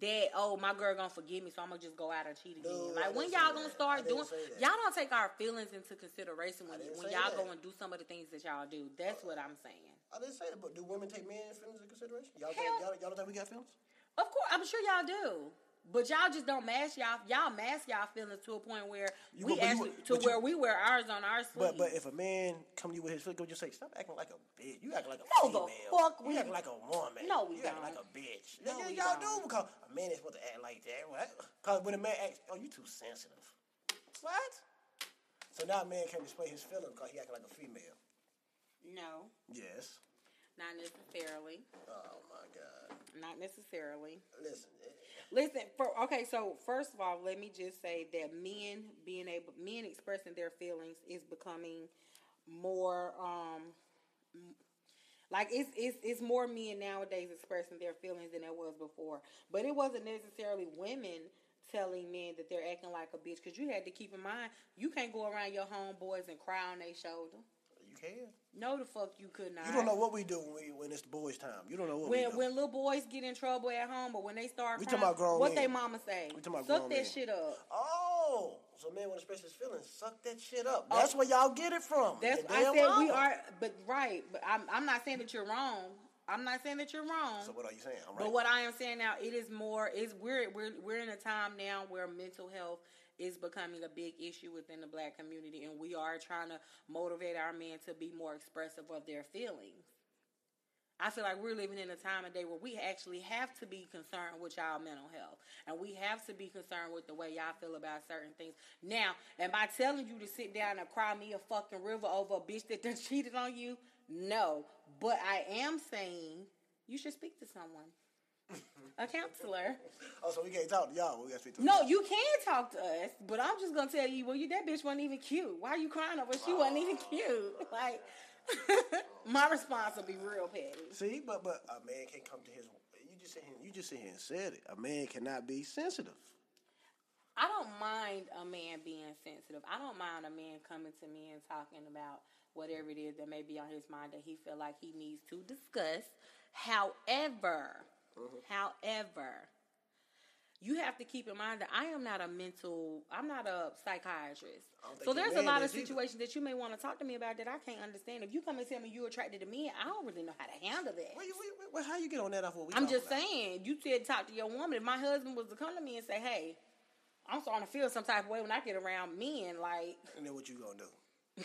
[SPEAKER 4] that oh my girl gonna forgive me, so I'm gonna just go out and cheat again.
[SPEAKER 5] No, I
[SPEAKER 4] like when
[SPEAKER 5] didn't say
[SPEAKER 4] y'all gonna
[SPEAKER 5] that. I
[SPEAKER 4] start
[SPEAKER 5] didn't
[SPEAKER 4] doing,
[SPEAKER 5] say that.
[SPEAKER 4] y'all don't take our feelings into consideration when
[SPEAKER 5] didn't
[SPEAKER 4] when
[SPEAKER 5] say
[SPEAKER 4] y'all
[SPEAKER 5] that.
[SPEAKER 4] go and do some of the things that y'all do. That's what I'm saying.
[SPEAKER 5] I didn't say that, but do women take men's feelings into consideration? Y'all, think,
[SPEAKER 4] Hell-
[SPEAKER 5] y'all, y'all don't think we got feelings?
[SPEAKER 4] Of course, I'm sure y'all do. But y'all just don't mask y'all y'all mask y'all feelings to a point where
[SPEAKER 5] You-
[SPEAKER 4] we
[SPEAKER 5] but you-
[SPEAKER 4] actually to
[SPEAKER 5] but you-
[SPEAKER 4] where we wear ours on our sleeve.
[SPEAKER 5] But but if a man come to you with his feelings, just say, stop acting like a bitch. You acting like a
[SPEAKER 4] No, the
[SPEAKER 5] female.
[SPEAKER 4] fuck
[SPEAKER 5] you
[SPEAKER 4] we-
[SPEAKER 5] acting like a woman.
[SPEAKER 4] No, we
[SPEAKER 5] you acting like
[SPEAKER 4] don't.
[SPEAKER 5] a bitch.
[SPEAKER 4] No,
[SPEAKER 5] Yeah,
[SPEAKER 4] we
[SPEAKER 5] y'all
[SPEAKER 4] don't.
[SPEAKER 5] do because a man is supposed to act like that. What? Because when a man acts, oh, you too sensitive. What? So now a man can display his feelings because he acting like a female.
[SPEAKER 4] no,
[SPEAKER 5] Yes.
[SPEAKER 4] not necessarily,
[SPEAKER 5] Oh my God.
[SPEAKER 4] not necessarily.
[SPEAKER 5] Listen, eh,
[SPEAKER 4] Listen, for okay, so first of all, let me just say that men being able men expressing their feelings is becoming more um m- like it's it's it's more men nowadays expressing their feelings than it was before. But it wasn't necessarily women telling men that they're acting like a bitch cuz you had to keep in mind you can't go around your homeboys and cry on their shoulder.
[SPEAKER 5] you can.
[SPEAKER 4] No the fuck you could not.
[SPEAKER 5] You don't know what we do when, we, when it's boys' time. You don't know what we
[SPEAKER 4] When
[SPEAKER 5] do.
[SPEAKER 4] when little boys get in trouble at home or when they start
[SPEAKER 5] We
[SPEAKER 4] crying,
[SPEAKER 5] talking about grown
[SPEAKER 4] what
[SPEAKER 5] men.
[SPEAKER 4] they mama say?
[SPEAKER 5] We talking about
[SPEAKER 4] Suck
[SPEAKER 5] grown
[SPEAKER 4] that
[SPEAKER 5] men.
[SPEAKER 4] shit up.
[SPEAKER 5] Oh, so man want to express his feelings. Suck that shit up. That's where y'all get it from.
[SPEAKER 4] Oh. That's
[SPEAKER 5] Your
[SPEAKER 4] I
[SPEAKER 5] damn
[SPEAKER 4] said we
[SPEAKER 5] mama.
[SPEAKER 4] are, but right. But I'm I'm not saying that you're wrong. I'm not saying that you're wrong.
[SPEAKER 5] So what are you saying? I'm right.
[SPEAKER 4] But what I am saying now, it is more. Is we're we're we're in a time now where mental health is becoming a big issue within the black community, and we are trying to motivate our men to be more expressive of their feelings. I feel like we're living in a time and day where we actually have to be concerned with y'all mental health, and we have to be concerned with the way y'all feel about certain things. Now, am I telling you to sit down and cry me a fucking river over a bitch that done <laughs> cheated on you? No, but I am saying you should speak to someone a counselor.
[SPEAKER 5] oh, so we can't talk to y'all. We got to speak to
[SPEAKER 4] No, you can talk to us, but I'm just gonna tell you, well, you that bitch wasn't even cute. Why you crying over? She wasn't even cute. Like, <laughs> my response will be real petty.
[SPEAKER 5] See, but but a man can't come to his. You just sit here. You just sit here and said it. A man cannot be sensitive.
[SPEAKER 4] I don't mind a man being sensitive. I don't mind a man coming to me and talking about whatever it is that may be on his mind that he feel like he needs to discuss. However,
[SPEAKER 5] Mm-hmm.
[SPEAKER 4] however, you have to keep in mind that I am not a mental, I'm not a psychiatrist.
[SPEAKER 5] don't think your
[SPEAKER 4] So there's a
[SPEAKER 5] man
[SPEAKER 4] lot of
[SPEAKER 5] is either.
[SPEAKER 4] situations that you may want to talk to me about that I can't understand. If you come and tell me you're attracted to men, I don't really know how to handle that.
[SPEAKER 5] Well, you, well, well, how you get on that off what we?
[SPEAKER 4] I'm
[SPEAKER 5] talking
[SPEAKER 4] just
[SPEAKER 5] about?
[SPEAKER 4] saying, you said talk to your woman. If my husband was to come to me and say, "Hey, I'm starting to feel some type of way when I get around men," like, <laughs>
[SPEAKER 5] And then what you gonna do?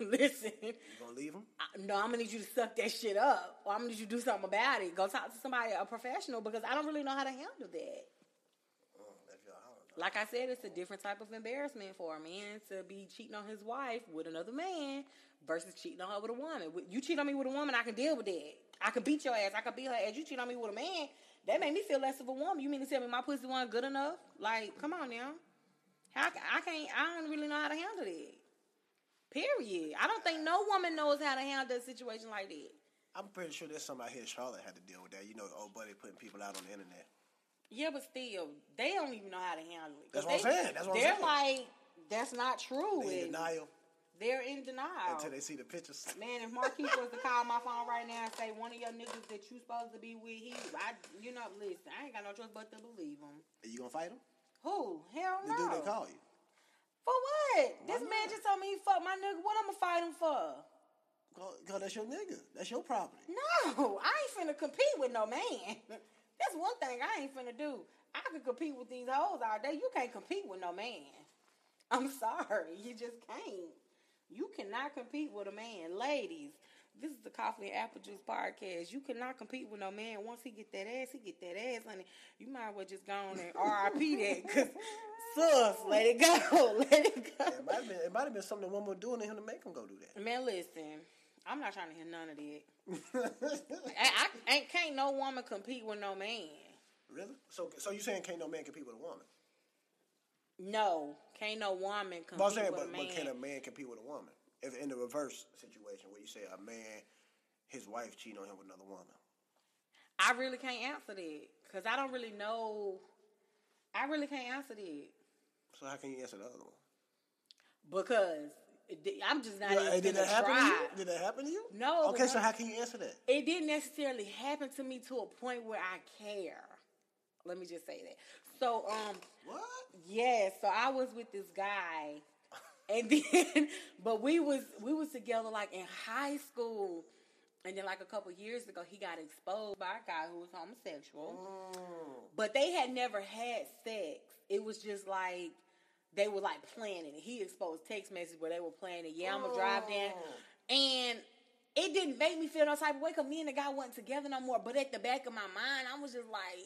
[SPEAKER 4] listen,
[SPEAKER 5] You gonna leave him?
[SPEAKER 4] I, no, I'm gonna need you to suck that shit up, or I'm gonna need you to do something about it. Go talk to somebody, a professional, because I don't really know how to handle that.
[SPEAKER 5] Mm, if y'all- I don't know.
[SPEAKER 4] Like I said, it's a different type of embarrassment for a man to be cheating on his wife with another man versus cheating on her with a woman. With- You cheat on me with a woman, I can deal with that. I can beat your ass. I can beat her ass. You cheat on me with a man, that made me feel less of a woman. You mean to tell me my pussy wasn't good enough? Like, come on now. How ca- I can't. I don't really know how to handle that. Period. I don't think no woman knows how to handle a situation like that.
[SPEAKER 5] I'm pretty sure there's somebody here in Charlotte had to deal with that. You know, the old buddy putting people out on the internet.
[SPEAKER 4] Yeah, but still, they don't even know how to handle it.
[SPEAKER 5] That's what I'm
[SPEAKER 4] They-
[SPEAKER 5] saying. That's what I'm
[SPEAKER 4] they're
[SPEAKER 5] saying.
[SPEAKER 4] like, that's not true.
[SPEAKER 5] They in
[SPEAKER 4] and-
[SPEAKER 5] denial
[SPEAKER 4] They're in denial.
[SPEAKER 5] until they see the pictures.
[SPEAKER 4] Man, if Marquise <laughs> was to call my phone right now and say one of your niggas that you supposed to be with, he, I, you know, listen, I ain't got no choice but to believe him.
[SPEAKER 5] Are you gonna fight him?
[SPEAKER 4] Who? Hell
[SPEAKER 5] The
[SPEAKER 4] no.
[SPEAKER 5] dude that call you.
[SPEAKER 4] For what? this
[SPEAKER 5] not?
[SPEAKER 4] man just told me he fucked my nigga. What I'ma fight him for?
[SPEAKER 5] Because that's your nigga. That's your property.
[SPEAKER 4] No, I ain't finna compete with no man. <laughs> That's one thing I ain't finna do. I can compete with these hoes all day. You can't compete with no man. <laughs> I'm sorry, you just can't. You cannot compete with a man, ladies. This is the Coffee and Apple Juice podcast. You cannot compete with no man. Once he get that ass, he get that ass, honey. You might as well just go on and RIP that, cause sus, let it go, <laughs> let it go.
[SPEAKER 5] It might have been. It might have been something the woman was doing to him to make him go do that.
[SPEAKER 4] Man, listen, I'm not trying to hear none of that. <laughs> I, I ain't, can't no woman compete with no man.
[SPEAKER 5] Really? So, so you saying can't no man compete with a woman?
[SPEAKER 4] No, can't no woman compete
[SPEAKER 5] But I'm saying,
[SPEAKER 4] with
[SPEAKER 5] but,
[SPEAKER 4] a man.
[SPEAKER 5] but can a man compete with a woman? If in the reverse situation where you say a man, his wife cheating on him with another woman,
[SPEAKER 4] I really can't answer that because I don't really know. I really can't answer that
[SPEAKER 5] so how can you answer the other one?
[SPEAKER 4] because it di- I'm just not
[SPEAKER 5] Hey,
[SPEAKER 4] even
[SPEAKER 5] did
[SPEAKER 4] gonna
[SPEAKER 5] that happen to
[SPEAKER 4] try.
[SPEAKER 5] you? Did that happen to you?
[SPEAKER 4] No,
[SPEAKER 5] Okay,
[SPEAKER 4] but
[SPEAKER 5] so
[SPEAKER 4] I-
[SPEAKER 5] how can you answer that?
[SPEAKER 4] It didn't necessarily happen to me to a point where I care. Let me just say that. So um,
[SPEAKER 5] What?
[SPEAKER 4] yeah, so I was with this guy, and <laughs> then but we was we was together like in high school, and then like a couple years ago he got exposed by a guy who was homosexual, but they had never had sex. It was just like. They were like planning. it. He exposed text messages where they were planning. Yeah, I'm gonna drive down, and it didn't make me feel no type of way. Cause me and the guy wasn't together no more. But at the back of my mind, I was just like,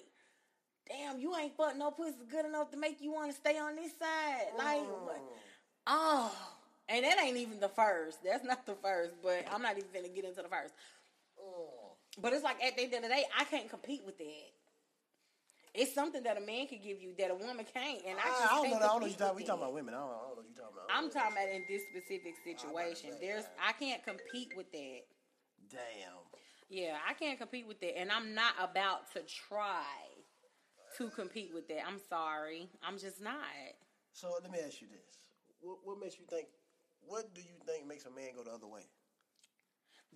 [SPEAKER 4] damn, you ain't fucked no pussy good enough to make you want to stay on this side. Like, what?
[SPEAKER 5] Mm.
[SPEAKER 4] oh, and that ain't even the first. That's not the first, but I'm not even gonna get into the first.
[SPEAKER 5] Mm.
[SPEAKER 4] But it's like at the end of the day, I can't compete with that. It's something that a man can give you that a woman can't, and <laughs> I just
[SPEAKER 5] I, I don't know.
[SPEAKER 4] can't
[SPEAKER 5] that- I don't know. You
[SPEAKER 4] compete
[SPEAKER 5] talking,
[SPEAKER 4] with
[SPEAKER 5] we talking
[SPEAKER 4] that.
[SPEAKER 5] about women. I don't, I don't know. You talking about?
[SPEAKER 4] I'm talking about in this specific situation.
[SPEAKER 5] say,
[SPEAKER 4] There's I can't compete with that.
[SPEAKER 5] Damn.
[SPEAKER 4] Yeah, I can't compete with that, and I'm not about to try to compete with that. I'm sorry, I'm just not.
[SPEAKER 5] So let me ask you this: What, what makes you think? What do you think makes a man go the other way?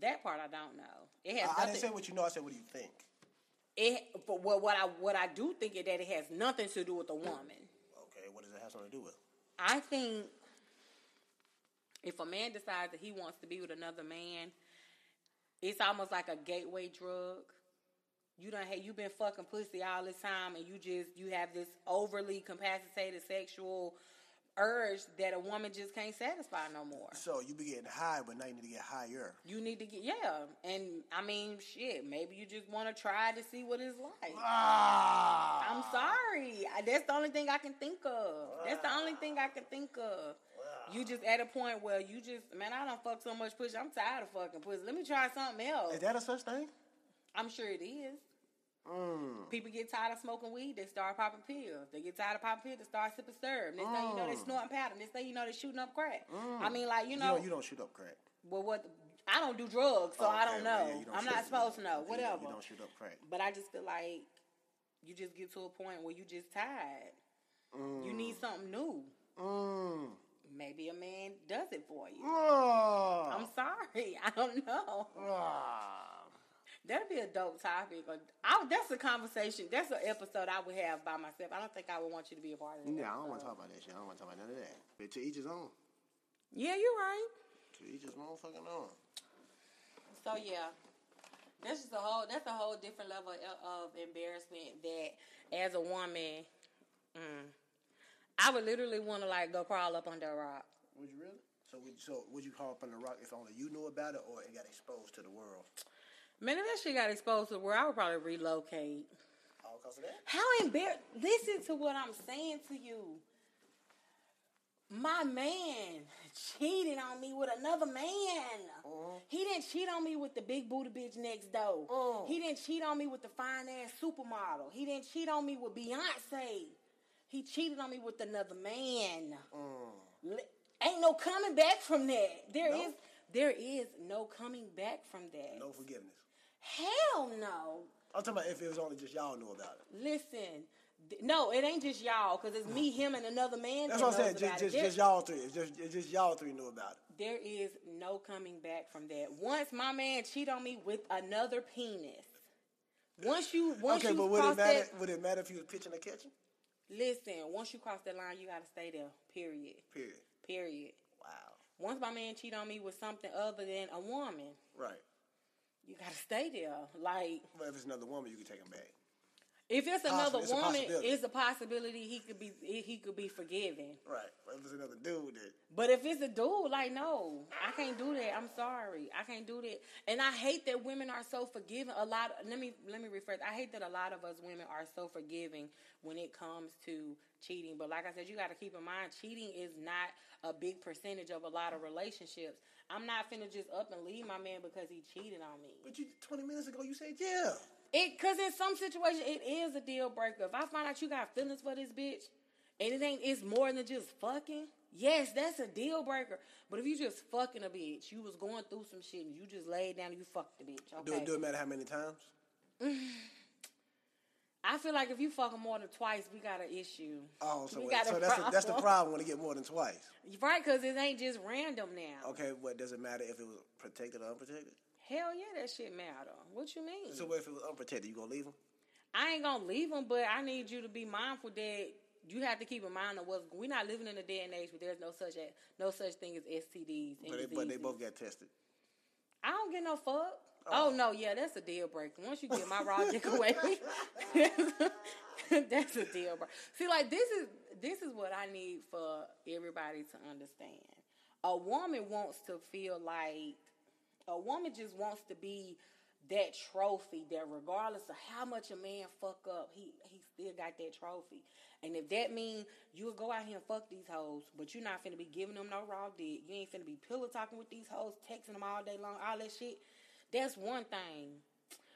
[SPEAKER 4] That part I don't know. It has
[SPEAKER 5] I, I didn't say
[SPEAKER 4] nothing.
[SPEAKER 5] what you know. I said what do you think?
[SPEAKER 4] It but what what I what I do think is that it has nothing to do with the woman.
[SPEAKER 5] Okay, what does it have something to do with?
[SPEAKER 4] I think if a man decides that he wants to be with another man, it's almost like a gateway drug. You don't have you been fucking pussy all this time, and you just you have this overly capacitated sexual urge that a woman just can't satisfy no more.
[SPEAKER 5] So you be getting high, but now you need to get higher.
[SPEAKER 4] You need to get yeah, and I mean shit. Maybe you just want to try to see what it's like.
[SPEAKER 5] Ah.
[SPEAKER 4] I'm sorry. I- That's the only thing I can think of. That's the only thing I can think of. You just at a point where you just man, I don't fuck so much pussy. I'm tired of fucking pussy. Let me try something else.
[SPEAKER 5] Is that a such thing?
[SPEAKER 4] I'm sure it is. People get tired of smoking weed, they start popping pills. They get tired of popping pills, they start sipping syrup. Next thing you know, they snorting powder. Next thing you know, they shooting up crack. I mean, like
[SPEAKER 5] Mm.
[SPEAKER 4] you
[SPEAKER 5] you
[SPEAKER 4] know,
[SPEAKER 5] don't, you don't shoot up crack.
[SPEAKER 4] well, what? I don't do drugs, so
[SPEAKER 5] Oh,
[SPEAKER 4] I
[SPEAKER 5] okay,
[SPEAKER 4] don't know.
[SPEAKER 5] well, yeah, you don't
[SPEAKER 4] I'm
[SPEAKER 5] shoot
[SPEAKER 4] not
[SPEAKER 5] up-
[SPEAKER 4] supposed to know.
[SPEAKER 5] you don't-
[SPEAKER 4] Whatever.
[SPEAKER 5] You don't shoot up crack.
[SPEAKER 4] But I just feel like you just get to a point where you just tired. You need something new.
[SPEAKER 5] Mm.
[SPEAKER 4] Maybe a man does it for you.
[SPEAKER 5] Ah.
[SPEAKER 4] I'm sorry, <laughs> I don't know.
[SPEAKER 5] Ah.
[SPEAKER 4] That'd be a dope topic. or- I, that's a conversation. That's an episode I would have by myself. I don't think I would want you to be a part of it.
[SPEAKER 5] Yeah, I don't want to talk about that shit. I don't want to talk about none of that. But to each his own.
[SPEAKER 4] Yeah, you're right.
[SPEAKER 5] To each his motherfucking own.
[SPEAKER 4] So yeah, that's just a whole. That's a whole different level of- of embarrassment that, as a woman, mm, I would literally want to like go crawl up under a rock.
[SPEAKER 5] Would you really? So would, so would you call up on the rock if only you knew about it or it got exposed to the world?
[SPEAKER 4] Man, if that shit got exposed to where I would probably relocate.
[SPEAKER 5] All because of that?
[SPEAKER 4] How embarrassed? Listen to what I'm saying to you. My man cheated on me with another man. He didn't cheat on me with the big booty bitch next door. He didn't cheat on me with the fine ass supermodel. He didn't cheat on me with Beyonce. He cheated on me with another man. Li- Ain't no coming back from that. There is,
[SPEAKER 5] No.
[SPEAKER 4] there is no coming back from that.
[SPEAKER 5] No forgiveness.
[SPEAKER 4] Hell no.
[SPEAKER 5] I'm talking about if it was only just y'all knew about it.
[SPEAKER 4] Listen, th- no, it ain't just y'all because it's me, him, and another man.
[SPEAKER 5] That's
[SPEAKER 4] that
[SPEAKER 5] what I'm
[SPEAKER 4] knows
[SPEAKER 5] saying. Just,
[SPEAKER 4] about it.
[SPEAKER 5] just, just
[SPEAKER 4] There-
[SPEAKER 5] y'all three. It's just, it's just y'all three knew about it.
[SPEAKER 4] There is no coming back from that. Once my man cheat on me with another penis. Once you, once
[SPEAKER 5] okay,
[SPEAKER 4] you
[SPEAKER 5] but would it
[SPEAKER 4] cross
[SPEAKER 5] matter?
[SPEAKER 4] that,
[SPEAKER 5] Would it matter if you was pitching or catching?
[SPEAKER 4] listen, once you cross that line, you gotta stay there. Period.
[SPEAKER 5] Period.
[SPEAKER 4] Period.
[SPEAKER 5] Wow.
[SPEAKER 4] Once my man cheat on me with something other than a woman,
[SPEAKER 5] Right.
[SPEAKER 4] you gotta stay there. Like
[SPEAKER 5] But if it's another woman, you can take him back.
[SPEAKER 4] if it's another
[SPEAKER 5] it's a
[SPEAKER 4] woman,
[SPEAKER 5] possibility.
[SPEAKER 4] it's a possibility he could be he could be forgiven.
[SPEAKER 5] Right. But if it's another dude, then
[SPEAKER 4] But if it's a dude, like no, I can't do that. I'm sorry, I can't do that. And I hate that women are so forgiving. A lot. Let me let me rephrase. I hate that a lot of us women are so forgiving when it comes to cheating. But like I said, you got to keep in mind, cheating is not a big percentage of a lot of relationships. I'm not finna just up and leave my man because he cheated on me.
[SPEAKER 5] but you 20 minutes ago you said yeah.
[SPEAKER 4] It because in some situations it is a deal breaker. If I find out you got feelings for this bitch, and it ain't it's more than just fucking. Yes, that's a deal breaker. But if you just fucking a bitch, you was going through some shit and you just laid down and you fucked the bitch.
[SPEAKER 5] Do
[SPEAKER 4] Okay.
[SPEAKER 5] it, do it matter how many times?
[SPEAKER 4] I feel like if you fuck 'em more than twice, we got an issue.
[SPEAKER 5] Oh, so,
[SPEAKER 4] We
[SPEAKER 5] wait,
[SPEAKER 4] got a
[SPEAKER 5] so that's the, that's the
[SPEAKER 4] problem.
[SPEAKER 5] problem when it get more than twice.
[SPEAKER 4] Right, cause it ain't just random now.
[SPEAKER 5] Okay, what does it matter if it was protected or unprotected?
[SPEAKER 4] Hell yeah, that shit matter. What you mean?
[SPEAKER 5] So what if it was unprotected? You gonna leave him?
[SPEAKER 4] I ain't gonna leave them, but I need you to be mindful that you have to keep in mind of what's we're not living in a day and age where there's no such a, no such thing as STDs. And
[SPEAKER 5] But they, but they
[SPEAKER 4] diseases.
[SPEAKER 5] both got tested.
[SPEAKER 4] I don't get no fuck. Oh, no, yeah, that's a deal breaker. Once you get my raw dick away, <laughs> that's a deal breaker. See, like this is this is what I need for everybody to understand. A woman wants to feel like a woman just wants to be that trophy that regardless of how much a man fuck up, he he still got that trophy. And if that mean you'll go out here and fuck these hoes, but you're not finna be giving them no raw dick. You ain't finna be pillow talking with these hoes, texting them all day long, all that shit. That's one thing.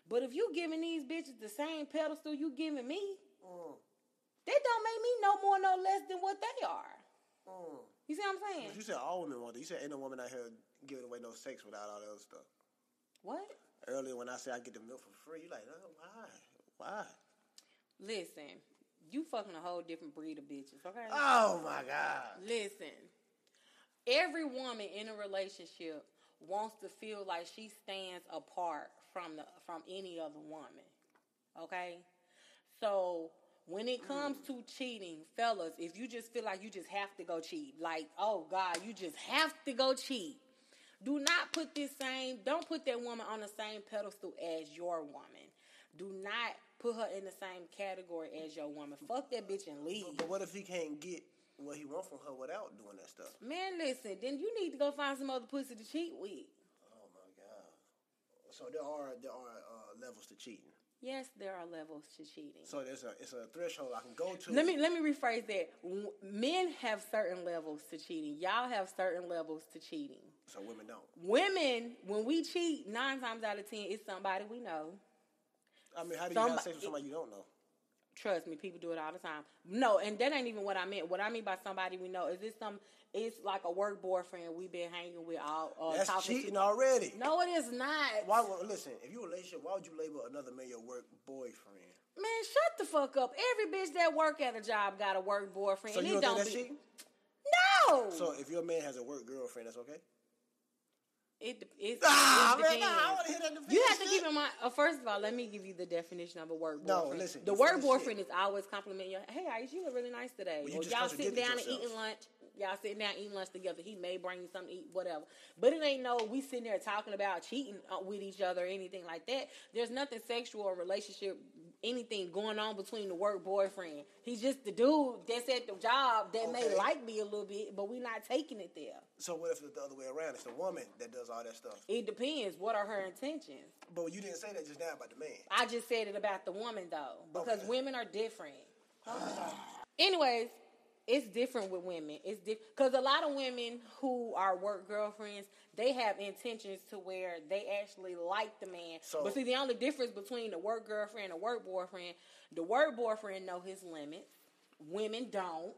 [SPEAKER 4] But if you giving these bitches the same pedestal you giving me,
[SPEAKER 5] Mm,
[SPEAKER 4] that don't make me no more no less than what they are. You see what I'm saying?
[SPEAKER 5] mm. But you said all women want it. You said ain't no woman out here giving away no sex without all that other stuff.
[SPEAKER 4] What?
[SPEAKER 5] Earlier when I said I get the milk for free, you like, oh, why? Why?
[SPEAKER 4] Listen, you fucking a whole different breed of bitches, okay?
[SPEAKER 5] Oh my God.
[SPEAKER 4] Listen, every woman in a relationship wants to feel like she stands apart from the from any other woman. Okay? So when it comes to cheating, fellas, if you just feel like you just have to go cheat, like, oh God, you just have to go cheat. Do not put this same, don't put that woman on the same pedestal as your woman. Do not put her in the same category as your woman. Fuck that bitch and leave.
[SPEAKER 5] But what if he can't get what he wants from her without doing that stuff?
[SPEAKER 4] Man, listen, then you need to go find some other pussy to cheat with.
[SPEAKER 5] Oh my God. So there are there are uh, levels to cheating.
[SPEAKER 4] Yes, there are levels to cheating.
[SPEAKER 5] So there's a it's a threshold I can go to.
[SPEAKER 4] Let me let me rephrase that. W- Men have certain levels to cheating. Y'all have certain levels to cheating.
[SPEAKER 5] So women don't.
[SPEAKER 4] Women, when we cheat, nine times out of ten, it's somebody we know.
[SPEAKER 5] I mean, how do you
[SPEAKER 4] Somebody-
[SPEAKER 5] have sex with somebody you don't know?
[SPEAKER 4] Trust me, people do it all the time. No, and that ain't even what I meant. What I mean by somebody we know is it's some, it's like a work boyfriend we've been hanging with all. Uh,
[SPEAKER 5] That's
[SPEAKER 4] talking to-
[SPEAKER 5] cheating already.
[SPEAKER 4] No, it is not.
[SPEAKER 5] Why would listen? If you're in a relationship, why would you label another man your work boyfriend?
[SPEAKER 4] Man, shut the fuck up. Every bitch that work at a job got a work boyfriend.
[SPEAKER 5] So
[SPEAKER 4] and
[SPEAKER 5] you
[SPEAKER 4] it
[SPEAKER 5] don't think that's
[SPEAKER 4] don't be
[SPEAKER 5] cheating?
[SPEAKER 4] No.
[SPEAKER 5] So if your man has a work girlfriend, that's okay.
[SPEAKER 4] it de- it's,
[SPEAKER 5] Ah,
[SPEAKER 4] it
[SPEAKER 5] man, nah, I
[SPEAKER 4] depends.
[SPEAKER 5] wanna hear that definition.
[SPEAKER 4] you have to keep in mind. Uh, first of all, let me give you the definition of a work
[SPEAKER 5] No,
[SPEAKER 4] boyfriend.
[SPEAKER 5] listen,
[SPEAKER 4] the
[SPEAKER 5] you
[SPEAKER 4] word
[SPEAKER 5] full of
[SPEAKER 4] boyfriend
[SPEAKER 5] shit.
[SPEAKER 4] is always complimenting you. Hey, Aisha, you look really nice today.
[SPEAKER 5] Well, you
[SPEAKER 4] or
[SPEAKER 5] just
[SPEAKER 4] y'all sitting
[SPEAKER 5] contradicted
[SPEAKER 4] down and
[SPEAKER 5] yourself.
[SPEAKER 4] eating lunch. Y'all sitting down eating lunch together. He may bring you something to eat, whatever. But it ain't no we sitting there talking about cheating uh, with each other or anything like that. There's nothing sexual or relationship, anything going on between the work boyfriend. He's just the dude that's at the job that may
[SPEAKER 5] Okay.
[SPEAKER 4] like me a little bit, but we're not taking it there.
[SPEAKER 5] So what if it's the other way around? It's the woman that does all that stuff.
[SPEAKER 4] It depends. What are her intentions?
[SPEAKER 5] But you didn't say that just now about the man.
[SPEAKER 4] I just said it about the woman though, because
[SPEAKER 5] Okay.
[SPEAKER 4] women are different. <sighs> Anyways, it's different with women. It's different because a lot of women who are work girlfriends, they have intentions to where they actually like the man.
[SPEAKER 5] So-
[SPEAKER 4] but see, the only difference between the work girlfriend and work boyfriend, the work boyfriend know his limits. Women don't.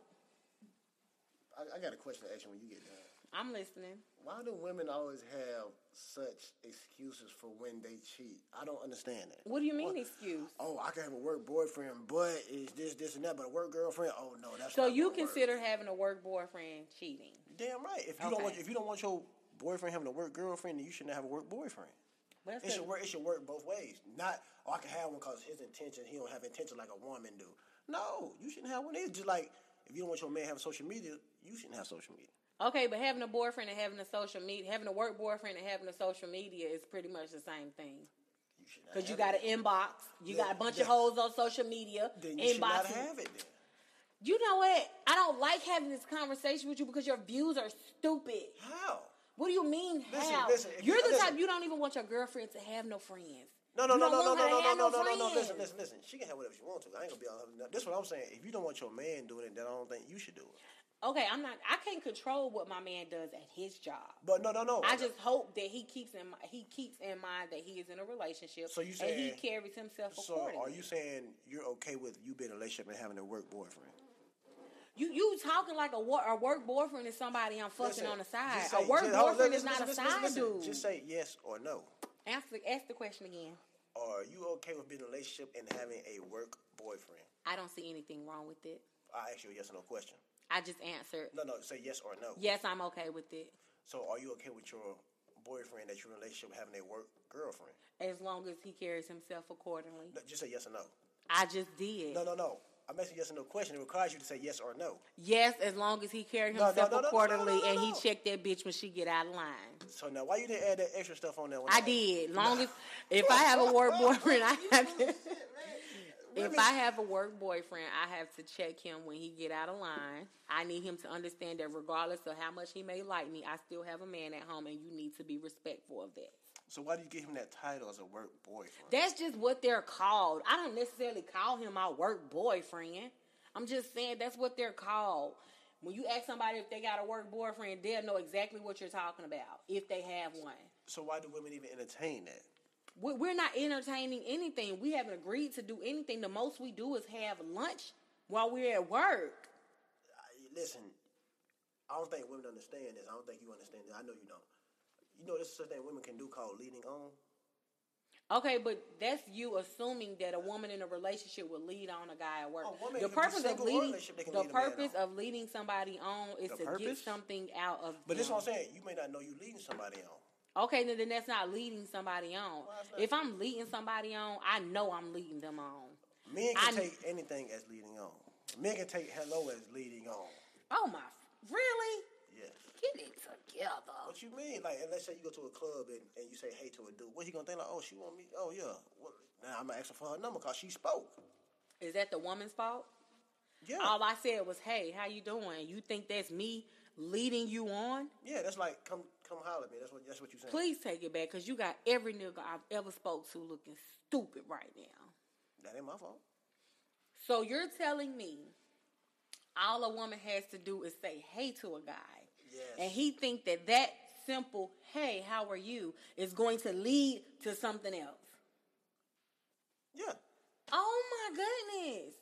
[SPEAKER 5] I, I got a question to ask you when you get done.
[SPEAKER 4] I'm listening.
[SPEAKER 5] Why do women always have such excuses for when they cheat? I don't understand that.
[SPEAKER 4] What do you mean excuse?
[SPEAKER 5] Oh, I can have a work boyfriend, but it's this, this, and that. But a work girlfriend? Oh no, that's
[SPEAKER 4] So
[SPEAKER 5] not
[SPEAKER 4] you
[SPEAKER 5] gonna work.
[SPEAKER 4] consider having a work boyfriend cheating?
[SPEAKER 5] damn right. If you don't want
[SPEAKER 4] Okay.
[SPEAKER 5] if you don't want your boyfriend having a work girlfriend, then you shouldn't have a work boyfriend.
[SPEAKER 4] Well, that's
[SPEAKER 5] It should
[SPEAKER 4] good.
[SPEAKER 5] work. It should work both ways. Not oh, I can have one because his intention. He don't have intention like a woman do. No, you shouldn't have one. It's just like if you don't want your man to have social media, you shouldn't have social media.
[SPEAKER 4] Okay, but having a boyfriend and having a social media, having a work boyfriend and having a social media is pretty much the same thing.
[SPEAKER 5] You should not
[SPEAKER 4] Because you
[SPEAKER 5] have
[SPEAKER 4] got an
[SPEAKER 5] it.
[SPEAKER 4] inbox, you got a bunch of
[SPEAKER 5] Yeah.
[SPEAKER 4] hoes on social media,
[SPEAKER 5] Then you should not
[SPEAKER 4] inboxing.
[SPEAKER 5] have it. Then
[SPEAKER 4] You know what? I don't like having this conversation with you because your views are stupid.
[SPEAKER 5] how?
[SPEAKER 4] What do you mean?
[SPEAKER 5] Listen,
[SPEAKER 4] how?
[SPEAKER 5] listen, if
[SPEAKER 4] You're
[SPEAKER 5] you-
[SPEAKER 4] the
[SPEAKER 5] listen.
[SPEAKER 4] type you don't even want your girlfriend to have no friends.
[SPEAKER 5] No, no,
[SPEAKER 4] You
[SPEAKER 5] no,
[SPEAKER 4] don't
[SPEAKER 5] no, no,
[SPEAKER 4] want her
[SPEAKER 5] no,
[SPEAKER 4] to
[SPEAKER 5] no,
[SPEAKER 4] have
[SPEAKER 5] no, no, no,
[SPEAKER 4] friends.
[SPEAKER 5] no. Listen, listen, listen. She can have whatever she wants to. I ain't gonna be all. That's what I'm saying. If you don't want your man doing it, then I don't think you should do it.
[SPEAKER 4] Okay, I'm not. I can't control what my man does at his job.
[SPEAKER 5] But no, no, no.
[SPEAKER 4] I just hope that he keeps in mi- he keeps in mind that he is in a relationship.
[SPEAKER 5] So you
[SPEAKER 4] and he
[SPEAKER 5] saying-
[SPEAKER 4] carries himself
[SPEAKER 5] So
[SPEAKER 4] accordingly.
[SPEAKER 5] are you saying you're okay with you being in a relationship and having a work boyfriend?
[SPEAKER 4] You you talking like a, wor- a work boyfriend is somebody I'm fucking on the side.
[SPEAKER 5] just say-
[SPEAKER 4] a work
[SPEAKER 5] just- hold on,
[SPEAKER 4] boyfriend is
[SPEAKER 5] listen,
[SPEAKER 4] not
[SPEAKER 5] listen, listen,
[SPEAKER 4] a side
[SPEAKER 5] listen, listen.
[SPEAKER 4] dude.
[SPEAKER 5] Just say yes or no.
[SPEAKER 4] Answer, ask the question again.
[SPEAKER 5] Are you okay with being in a relationship and having a work boyfriend?
[SPEAKER 4] I don't see anything wrong with it.
[SPEAKER 5] I ask you a yes or no question.
[SPEAKER 4] I just answered.
[SPEAKER 5] No, no, say yes or no.
[SPEAKER 4] Yes, I'm okay with it
[SPEAKER 5] So are you okay with your boyfriend that you're in a relationship with having a work girlfriend?
[SPEAKER 4] as long as he carries himself accordingly.
[SPEAKER 5] No, just say yes or no.
[SPEAKER 4] I just did.
[SPEAKER 5] No, no, no. I'm asking yes or no question. It requires you to say yes or no.
[SPEAKER 4] Yes, as long as he carried
[SPEAKER 5] No, no,
[SPEAKER 4] himself
[SPEAKER 5] no, no, no,
[SPEAKER 4] accordingly
[SPEAKER 5] no, no,
[SPEAKER 4] and he
[SPEAKER 5] no.
[SPEAKER 4] checked that bitch when she get out of line.
[SPEAKER 5] So now, why you didn't add that extra stuff on there? when
[SPEAKER 4] I did. Long as if I have a work boyfriend, I have to. If I have a work boyfriend, I have to check him when he get out of line. I need him to understand that regardless of how much he may like me, I still have a man at home, and you need to be respectful of that.
[SPEAKER 5] So why do you give him that title as a work boyfriend?
[SPEAKER 4] That's just what they're called. I don't necessarily call him my work boyfriend. I'm just saying that's what they're called. When you ask somebody if they got a work boyfriend, they'll know exactly what you're talking about if they have one.
[SPEAKER 5] so why do women even entertain that?
[SPEAKER 4] We- We're not entertaining anything. We haven't agreed to do anything. The most we do is have lunch while we're at work.
[SPEAKER 5] I- Listen, I don't think women understand this. I don't think you understand this. I know you don't. You know, this is something women can do called leading on.
[SPEAKER 4] Okay, but that's you assuming that a woman in a relationship will lead on a guy at work.
[SPEAKER 5] A woman can
[SPEAKER 4] the
[SPEAKER 5] be
[SPEAKER 4] purpose of
[SPEAKER 5] single or in a
[SPEAKER 4] leading,
[SPEAKER 5] relationship, they can
[SPEAKER 4] the
[SPEAKER 5] lead a man
[SPEAKER 4] purpose
[SPEAKER 5] on.
[SPEAKER 4] of leading somebody on is
[SPEAKER 5] The
[SPEAKER 4] to get
[SPEAKER 5] purpose?
[SPEAKER 4] something out of.
[SPEAKER 5] But this is
[SPEAKER 4] them.
[SPEAKER 5] what I'm saying. You may not know you leading somebody on.
[SPEAKER 4] Okay, then, then that's not leading somebody on.
[SPEAKER 5] Why is that?
[SPEAKER 4] If I'm leading somebody on, I know I'm leading them on.
[SPEAKER 5] Men can
[SPEAKER 4] I-
[SPEAKER 5] take anything as leading on. Men can take hello as leading on.
[SPEAKER 4] Oh my, really?
[SPEAKER 5] Yes.
[SPEAKER 4] Get it together.
[SPEAKER 5] What you mean? Like, and let's say you go to a club and, and you say hey to a dude. What he gonna think? Like, oh, she want me? Oh, yeah. Well, now I'm gonna ask her for her number because she spoke.
[SPEAKER 4] Is that the woman's fault?
[SPEAKER 5] Yeah.
[SPEAKER 4] All I said was, "Hey, how you doing? You think that's me leading you on?
[SPEAKER 5] yeah, that's like, come come holler at me. That's what that's what you saying.
[SPEAKER 4] Please take it back, cause you got every nigga I've ever spoke to looking stupid right now."
[SPEAKER 5] That ain't my fault.
[SPEAKER 4] So you're telling me all a woman has to do is say hey to a guy,
[SPEAKER 5] Yes.
[SPEAKER 4] and he think that that simple "Hey, how are you?" is going to lead to something else.
[SPEAKER 5] Yeah.
[SPEAKER 4] Oh my goodness!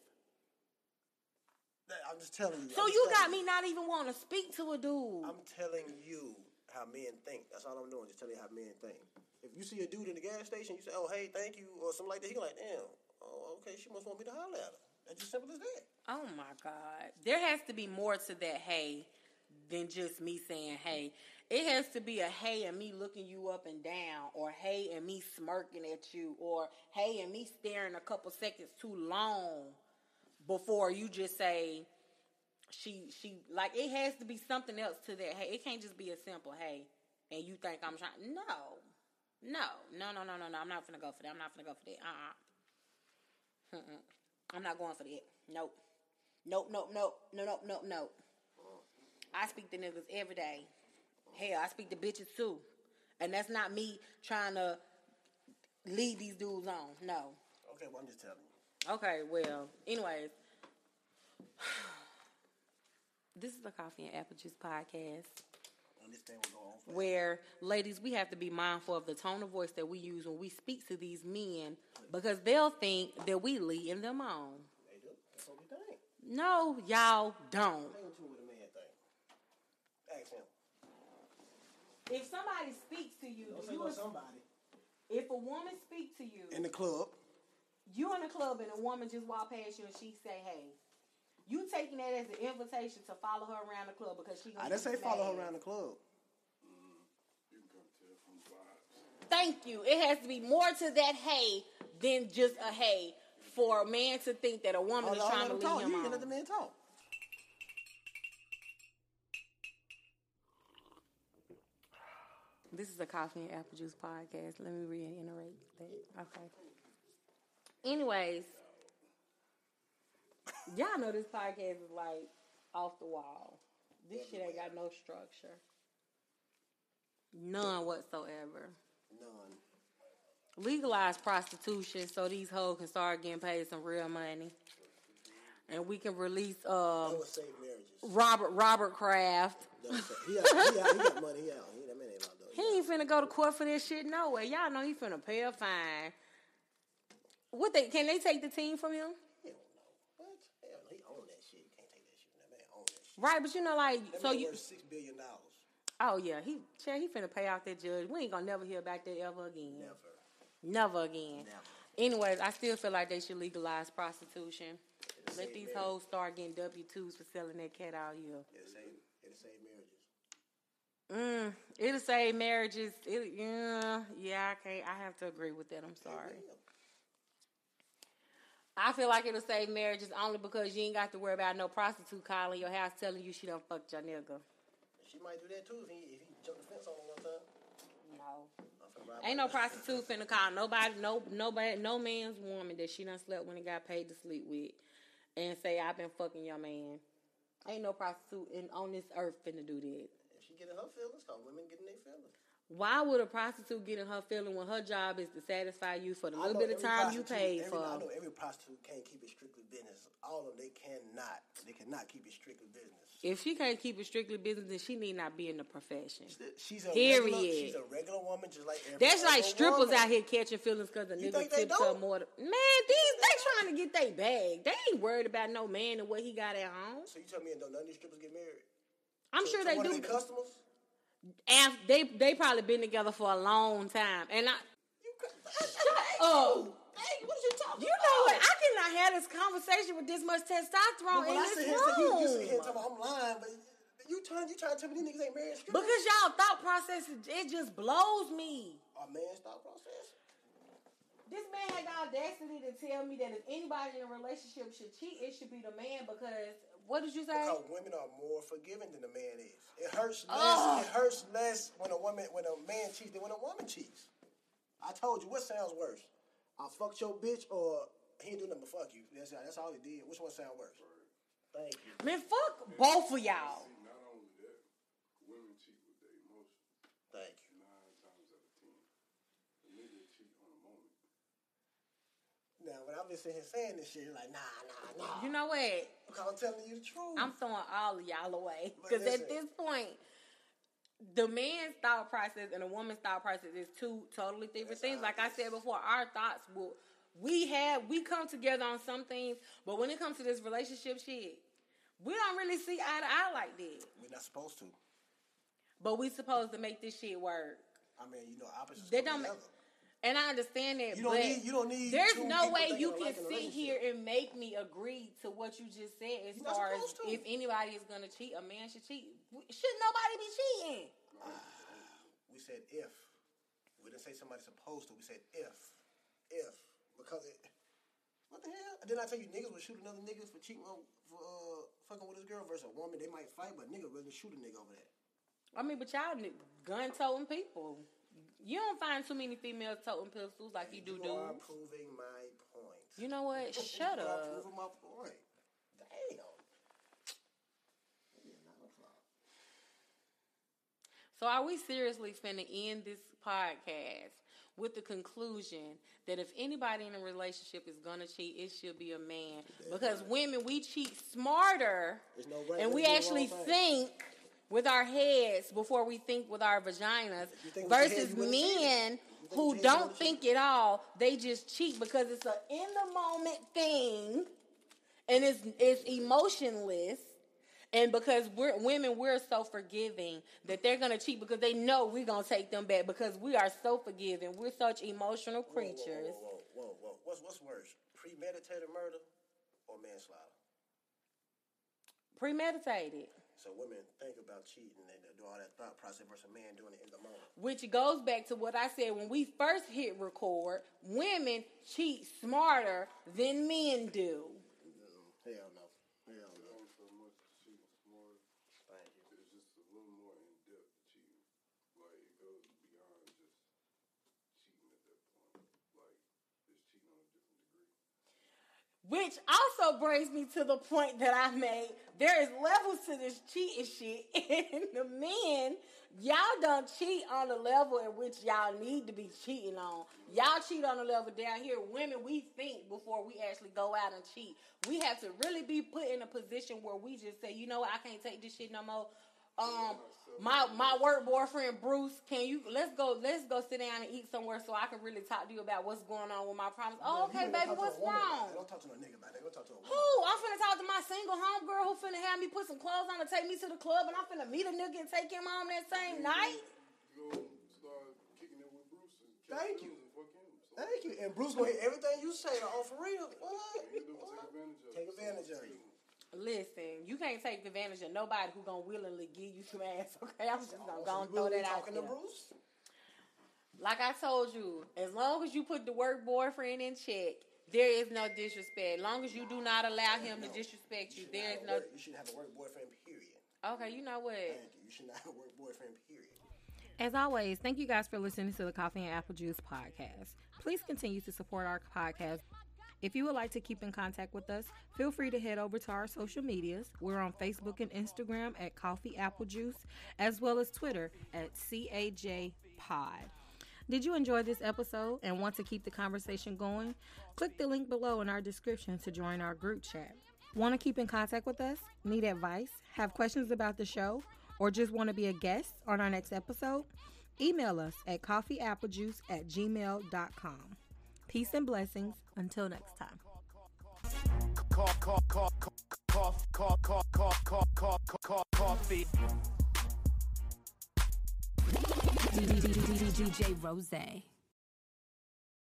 [SPEAKER 5] That- I'm just telling you.
[SPEAKER 4] So
[SPEAKER 5] I'm
[SPEAKER 4] you
[SPEAKER 5] telling
[SPEAKER 4] got me not even wanting to speak to a dude.
[SPEAKER 5] I'm telling you how men think. That's all I'm doing. Just telling you how men think. If you see a dude in the gas station, you say, "Oh, hey, thank you," or something like that. He like, "Damn, oh, okay, she must want me to holler at her." That's just simple as that.
[SPEAKER 4] Oh my God. There has to be more to that hey than just me saying hey. It has to be a hey and me looking you up and down, or hey and me smirking at you, or hey and me staring a couple seconds too long before you just say she she like it has to be something else to that hey. It can't just be a simple hey and you think I'm trying no. No, no, no, no, no, no. I'm not gonna go for that. I'm not gonna go for that. Uh-uh. I'm not going for that. Nope. Nope, nope, nope, no, nope, nope, nope. I speak to niggas every day. Hell, I speak to bitches too. And that's not me trying to lead these dudes on. No.
[SPEAKER 5] Okay, well, I'm just telling you.
[SPEAKER 4] Okay, well, anyways. <sighs> this is the Coffee and Apple Juice podcast
[SPEAKER 5] And this thing will go on for
[SPEAKER 4] where ladies we have to be mindful of the tone of voice that we use when we speak to these men because they'll think that we leading them on.
[SPEAKER 5] They do. That's what we think.
[SPEAKER 4] No, y'all don't.
[SPEAKER 5] They in tune with a man thing. Ask him.
[SPEAKER 4] If somebody speaks to you,
[SPEAKER 5] Don't say
[SPEAKER 4] you
[SPEAKER 5] no somebody.
[SPEAKER 4] if a woman speaks to you,
[SPEAKER 5] In the club.
[SPEAKER 4] you in a club and a woman just walk past you and she say, "Hey," you taking that as an invitation to follow her around the club because she.
[SPEAKER 5] I didn't say follow her around the club.
[SPEAKER 4] Thank you. It has to be more to that hey than just a hey for a man to think that a woman
[SPEAKER 5] Oh,
[SPEAKER 4] is
[SPEAKER 5] no, let
[SPEAKER 4] trying to
[SPEAKER 5] him
[SPEAKER 4] lead
[SPEAKER 5] talk.
[SPEAKER 4] him
[SPEAKER 5] You can
[SPEAKER 4] on.
[SPEAKER 5] let the man talk.
[SPEAKER 4] This is a coffee and apple juice podcast. Let me reiterate that. Okay. Anyways, y'all know this podcast is like off the wall. This shit ain't got no structure. None whatsoever.
[SPEAKER 5] None.
[SPEAKER 4] Legalize prostitution so these hoes can start getting paid some real money. And we can release
[SPEAKER 5] I
[SPEAKER 4] um
[SPEAKER 5] would save marriages.
[SPEAKER 4] Robert Robert Kraft.
[SPEAKER 5] That would save- he, out, he, out, he got money. He out. He, that man ain't out though.
[SPEAKER 4] He ain't finna go to court for this shit no way. Y'all know he finna pay a fine. What they can they take the team from him?
[SPEAKER 5] Hell no. What? Hell no. He own that shit. You can't take that shit. That man own that shit.
[SPEAKER 4] Right, but you know, like
[SPEAKER 5] That
[SPEAKER 4] so
[SPEAKER 5] man
[SPEAKER 4] you
[SPEAKER 5] worth six billion dollars.
[SPEAKER 4] Oh yeah, he Chad, he finna pay off that judge. We ain't gonna never hear about that ever again.
[SPEAKER 5] Never.
[SPEAKER 4] Never again.
[SPEAKER 5] Never.
[SPEAKER 4] Anyways, I still feel like they should legalize prostitution. Let
[SPEAKER 5] Same
[SPEAKER 4] these
[SPEAKER 5] marriage.
[SPEAKER 4] hoes start getting W twos for selling that cat all year.
[SPEAKER 5] It'll save. It'll save marriages.
[SPEAKER 4] Mm, it'll save marriages. It, yeah, yeah, I can't. I have to agree with that. I'm sorry.
[SPEAKER 5] Damn.
[SPEAKER 4] I feel like it'll save marriages only because you ain't got to worry about no prostitute calling your house telling you she done fucked your nigga.
[SPEAKER 5] She might do that too if he, if he jumped the fence on her one time.
[SPEAKER 4] No.
[SPEAKER 5] I'm finna ride
[SPEAKER 4] Ain't
[SPEAKER 5] my-
[SPEAKER 4] no prostitute finna call nobody, no nobody, no man's woman that she done slept when and got paid to sleep with, and say I've been fucking your man. Ain't no prostitute in, on this earth finna do that.
[SPEAKER 5] If she getting her feelings, cause women getting their feelings.
[SPEAKER 4] Why would a prostitute get in her feeling when her job is to satisfy you for the
[SPEAKER 5] I
[SPEAKER 4] little
[SPEAKER 5] know
[SPEAKER 4] bit of
[SPEAKER 5] every
[SPEAKER 4] time
[SPEAKER 5] prostitute-
[SPEAKER 4] you paid
[SPEAKER 5] every,
[SPEAKER 4] for?
[SPEAKER 5] I know every prostitute can't keep it strictly business. All of them, they cannot. They cannot keep it strictly business.
[SPEAKER 4] If she can't keep it strictly business, then she need not be in the profession.
[SPEAKER 5] She's a
[SPEAKER 4] Period.
[SPEAKER 5] regular. She's a regular woman, just like every
[SPEAKER 4] That's
[SPEAKER 5] other
[SPEAKER 4] like strippers
[SPEAKER 5] woman.
[SPEAKER 4] out here catching feelings because the
[SPEAKER 5] You think
[SPEAKER 4] nigga
[SPEAKER 5] they
[SPEAKER 4] tipped her
[SPEAKER 5] don't?
[SPEAKER 4] more. To, man, these they trying to get they bag. They ain't worried about no man and what he got at home.
[SPEAKER 5] So you tell me, don't none of these strippers get married?
[SPEAKER 4] I'm
[SPEAKER 5] To-
[SPEAKER 4] sure
[SPEAKER 5] to
[SPEAKER 4] they
[SPEAKER 5] one of
[SPEAKER 4] do.
[SPEAKER 5] their customers.
[SPEAKER 4] Af they they probably been together for a long time, and I.
[SPEAKER 5] You shut
[SPEAKER 4] up. Oh,
[SPEAKER 5] Hey, what are you talking?
[SPEAKER 4] You know what? I cannot have this conversation with this much testosterone in
[SPEAKER 5] when I
[SPEAKER 4] this
[SPEAKER 5] sit here, and say- you, you sit here and
[SPEAKER 4] room.
[SPEAKER 5] tell me I'm lying, but you turn, you trying to tell me these niggas ain't married strippers?
[SPEAKER 4] Because y'all thought process, it just blows me.
[SPEAKER 5] Our man stop process.
[SPEAKER 4] This man had the audacity to tell me that if anybody in a relationship should cheat, it should be the man because what did you say?
[SPEAKER 5] Because women are more forgiving than a man is. It hurts less.
[SPEAKER 4] Ugh.
[SPEAKER 5] It hurts less when a woman when a man cheats than when a woman cheats. I told you what sounds worse. I fucked your bitch or he ain't do nothing but fuck you. That's that's all he did. Which one sound worse? Thank you.
[SPEAKER 4] Man, fuck both of y'all.
[SPEAKER 2] See, not only that, women cheat with their emotions
[SPEAKER 5] Thank you.
[SPEAKER 2] nine times out of ten. The nigga cheat on a moment.
[SPEAKER 5] Now when I'm just sitting here saying this shit, like nah, nah, nah.
[SPEAKER 4] You know what?
[SPEAKER 5] Because I'm telling you the truth.
[SPEAKER 4] I'm throwing all of y'all away
[SPEAKER 5] But
[SPEAKER 4] because at
[SPEAKER 5] listen.
[SPEAKER 4] this point, the man's thought process and a woman's thought process is two totally different things. Like I said before, our thoughts will we have we come together on some things, but when it comes to this relationship shit, we don't really see eye to eye like that.
[SPEAKER 5] We're not supposed to.
[SPEAKER 4] But we supposed to make this shit work.
[SPEAKER 5] I mean, you know, opposites
[SPEAKER 4] They
[SPEAKER 5] come
[SPEAKER 4] don't.
[SPEAKER 5] together.
[SPEAKER 4] And I understand that.
[SPEAKER 5] You don't
[SPEAKER 4] but
[SPEAKER 5] need- you don't need
[SPEAKER 4] There's
[SPEAKER 5] two
[SPEAKER 4] no
[SPEAKER 5] people
[SPEAKER 4] way
[SPEAKER 5] thinking
[SPEAKER 4] you
[SPEAKER 5] alike in a
[SPEAKER 4] can sit here
[SPEAKER 5] relationship.
[SPEAKER 4] and make me agree to what you just said
[SPEAKER 5] You're
[SPEAKER 4] as
[SPEAKER 5] not
[SPEAKER 4] far as
[SPEAKER 5] supposed to.
[SPEAKER 4] if anybody is going to cheat, a man should cheat. Should nobody be cheating?
[SPEAKER 5] We said if. We didn't say somebody's supposed to. We said if. If. Because it. What the hell? Didn't I tell you niggas would shoot another nigga for cheating on, for uh, fucking with his girl versus a woman? They might fight, but nigga really shoot a nigga over that.
[SPEAKER 4] I mean, but y'all gun toting people. You don't find too many females toting pistols like you do
[SPEAKER 5] You are
[SPEAKER 4] dudes.
[SPEAKER 5] proving my point.
[SPEAKER 4] You know what?
[SPEAKER 5] You
[SPEAKER 4] Shut
[SPEAKER 5] are
[SPEAKER 4] up.
[SPEAKER 5] proving my point. Damn. Yeah, nine o'clock.
[SPEAKER 4] So are we seriously finna end this podcast with the conclusion that if anybody in a relationship is gonna cheat, it should be a man. Because women we cheat smarter
[SPEAKER 5] There's no right
[SPEAKER 4] and
[SPEAKER 5] way
[SPEAKER 4] we
[SPEAKER 5] to do
[SPEAKER 4] actually
[SPEAKER 5] wrong
[SPEAKER 4] think with our heads before we think with our vaginas
[SPEAKER 5] you think with your head,
[SPEAKER 4] versus
[SPEAKER 5] you wouldn't cheat. If you think with
[SPEAKER 4] men
[SPEAKER 5] your head,
[SPEAKER 4] who
[SPEAKER 5] you
[SPEAKER 4] don't
[SPEAKER 5] wouldn't
[SPEAKER 4] think at all. They just cheat because it's a in the moment thing and it's it's emotionless. And because we're women, we're so forgiving that they're gonna cheat because they know we're gonna take them back because we are so forgiving. We're such emotional
[SPEAKER 5] Whoa,
[SPEAKER 4] creatures.
[SPEAKER 5] whoa, Whoa, whoa, whoa, whoa. What's, what's worse? Premeditated murder or manslaughter?
[SPEAKER 4] Premeditated.
[SPEAKER 5] So women think about cheating and do all that thought process versus a man doing it in the moment.
[SPEAKER 4] Which goes back to what I said when we first hit record, women cheat smarter than men do.
[SPEAKER 5] Hell no. Hell no.
[SPEAKER 2] Not so much cheating smart.
[SPEAKER 5] Thank you.
[SPEAKER 2] It's just a little more in depth cheating. Like it goes beyond just cheating at that point. Like it's cheating on a different degree.
[SPEAKER 4] Which also brings me to the point that I made. There is levels to this cheating shit. <laughs> And the men, y'all don't cheat on the level in which y'all need to be cheating on. Y'all cheat on the level down here. Women, we think before we actually go out and cheat. We have to really be put in a position where we just say, you know what, I can't take this shit no more. Um, my my work boyfriend Bruce, can you let's go let's go sit down and eat somewhere so I can really talk to you about what's going on with my problems. Oh, okay,
[SPEAKER 5] You don't talk to a
[SPEAKER 4] baby, what's
[SPEAKER 5] woman about
[SPEAKER 4] wrong?
[SPEAKER 5] that. Don't talk to no nigga about that. Don't talk to a woman.
[SPEAKER 4] Who? I'm finna talk to my single homegirl who finna have me put some clothes on and take me to the club, and I'm finna meet a nigga and take him home that
[SPEAKER 5] Mm-hmm.
[SPEAKER 4] same night.
[SPEAKER 2] You gonna start kicking it with Bruce and catch
[SPEAKER 5] Thank you.
[SPEAKER 2] dudes and fuck him. So
[SPEAKER 5] Thank you. And Bruce gonna hit everything you say. Like, oh, for real? What?
[SPEAKER 2] you don't take advantage of
[SPEAKER 5] Take
[SPEAKER 2] it.
[SPEAKER 5] advantage of you.
[SPEAKER 2] So much cheating.
[SPEAKER 4] Listen, you can't take advantage of nobody who gonna willingly give you some ass. <laughs> Okay, I'm just gonna
[SPEAKER 5] Oh,
[SPEAKER 4] go
[SPEAKER 5] so
[SPEAKER 4] and
[SPEAKER 5] you
[SPEAKER 4] throw
[SPEAKER 5] really
[SPEAKER 4] that out
[SPEAKER 5] talking
[SPEAKER 4] there.
[SPEAKER 5] to Bruce?
[SPEAKER 4] Like I told you, as long as you put the work boyfriend in check, There is no disrespect. Long as you do not allow him to disrespect you, there is
[SPEAKER 5] shouldn't have a
[SPEAKER 4] no.
[SPEAKER 5] work- you shouldn't have a work boyfriend. Period.
[SPEAKER 4] Okay, you know what?
[SPEAKER 5] Thank you. You should not have a work boyfriend. Period.
[SPEAKER 6] As always, thank you guys for listening to the Coffee and Apple Juice podcast. Please continue to support our podcast. If you would like to keep in contact with us, feel free to head over to our social medias. We're on Facebook and Instagram at Coffee Apple Juice, as well as Twitter at CAJ Pod. Did you enjoy this episode and want to keep the conversation going? Click the link below in our description to join our group chat. Want to keep in contact with us? Need advice? Have questions about the show? Or just want to be a guest on our next episode? Email us at coffeeapplejuice at gmail.com. Peace and blessings. Until next time.
[SPEAKER 3] Cough, cough, cough, cough, cough, cough, cough, cough, cough, cough, coffee.
[SPEAKER 6] DJ Rose.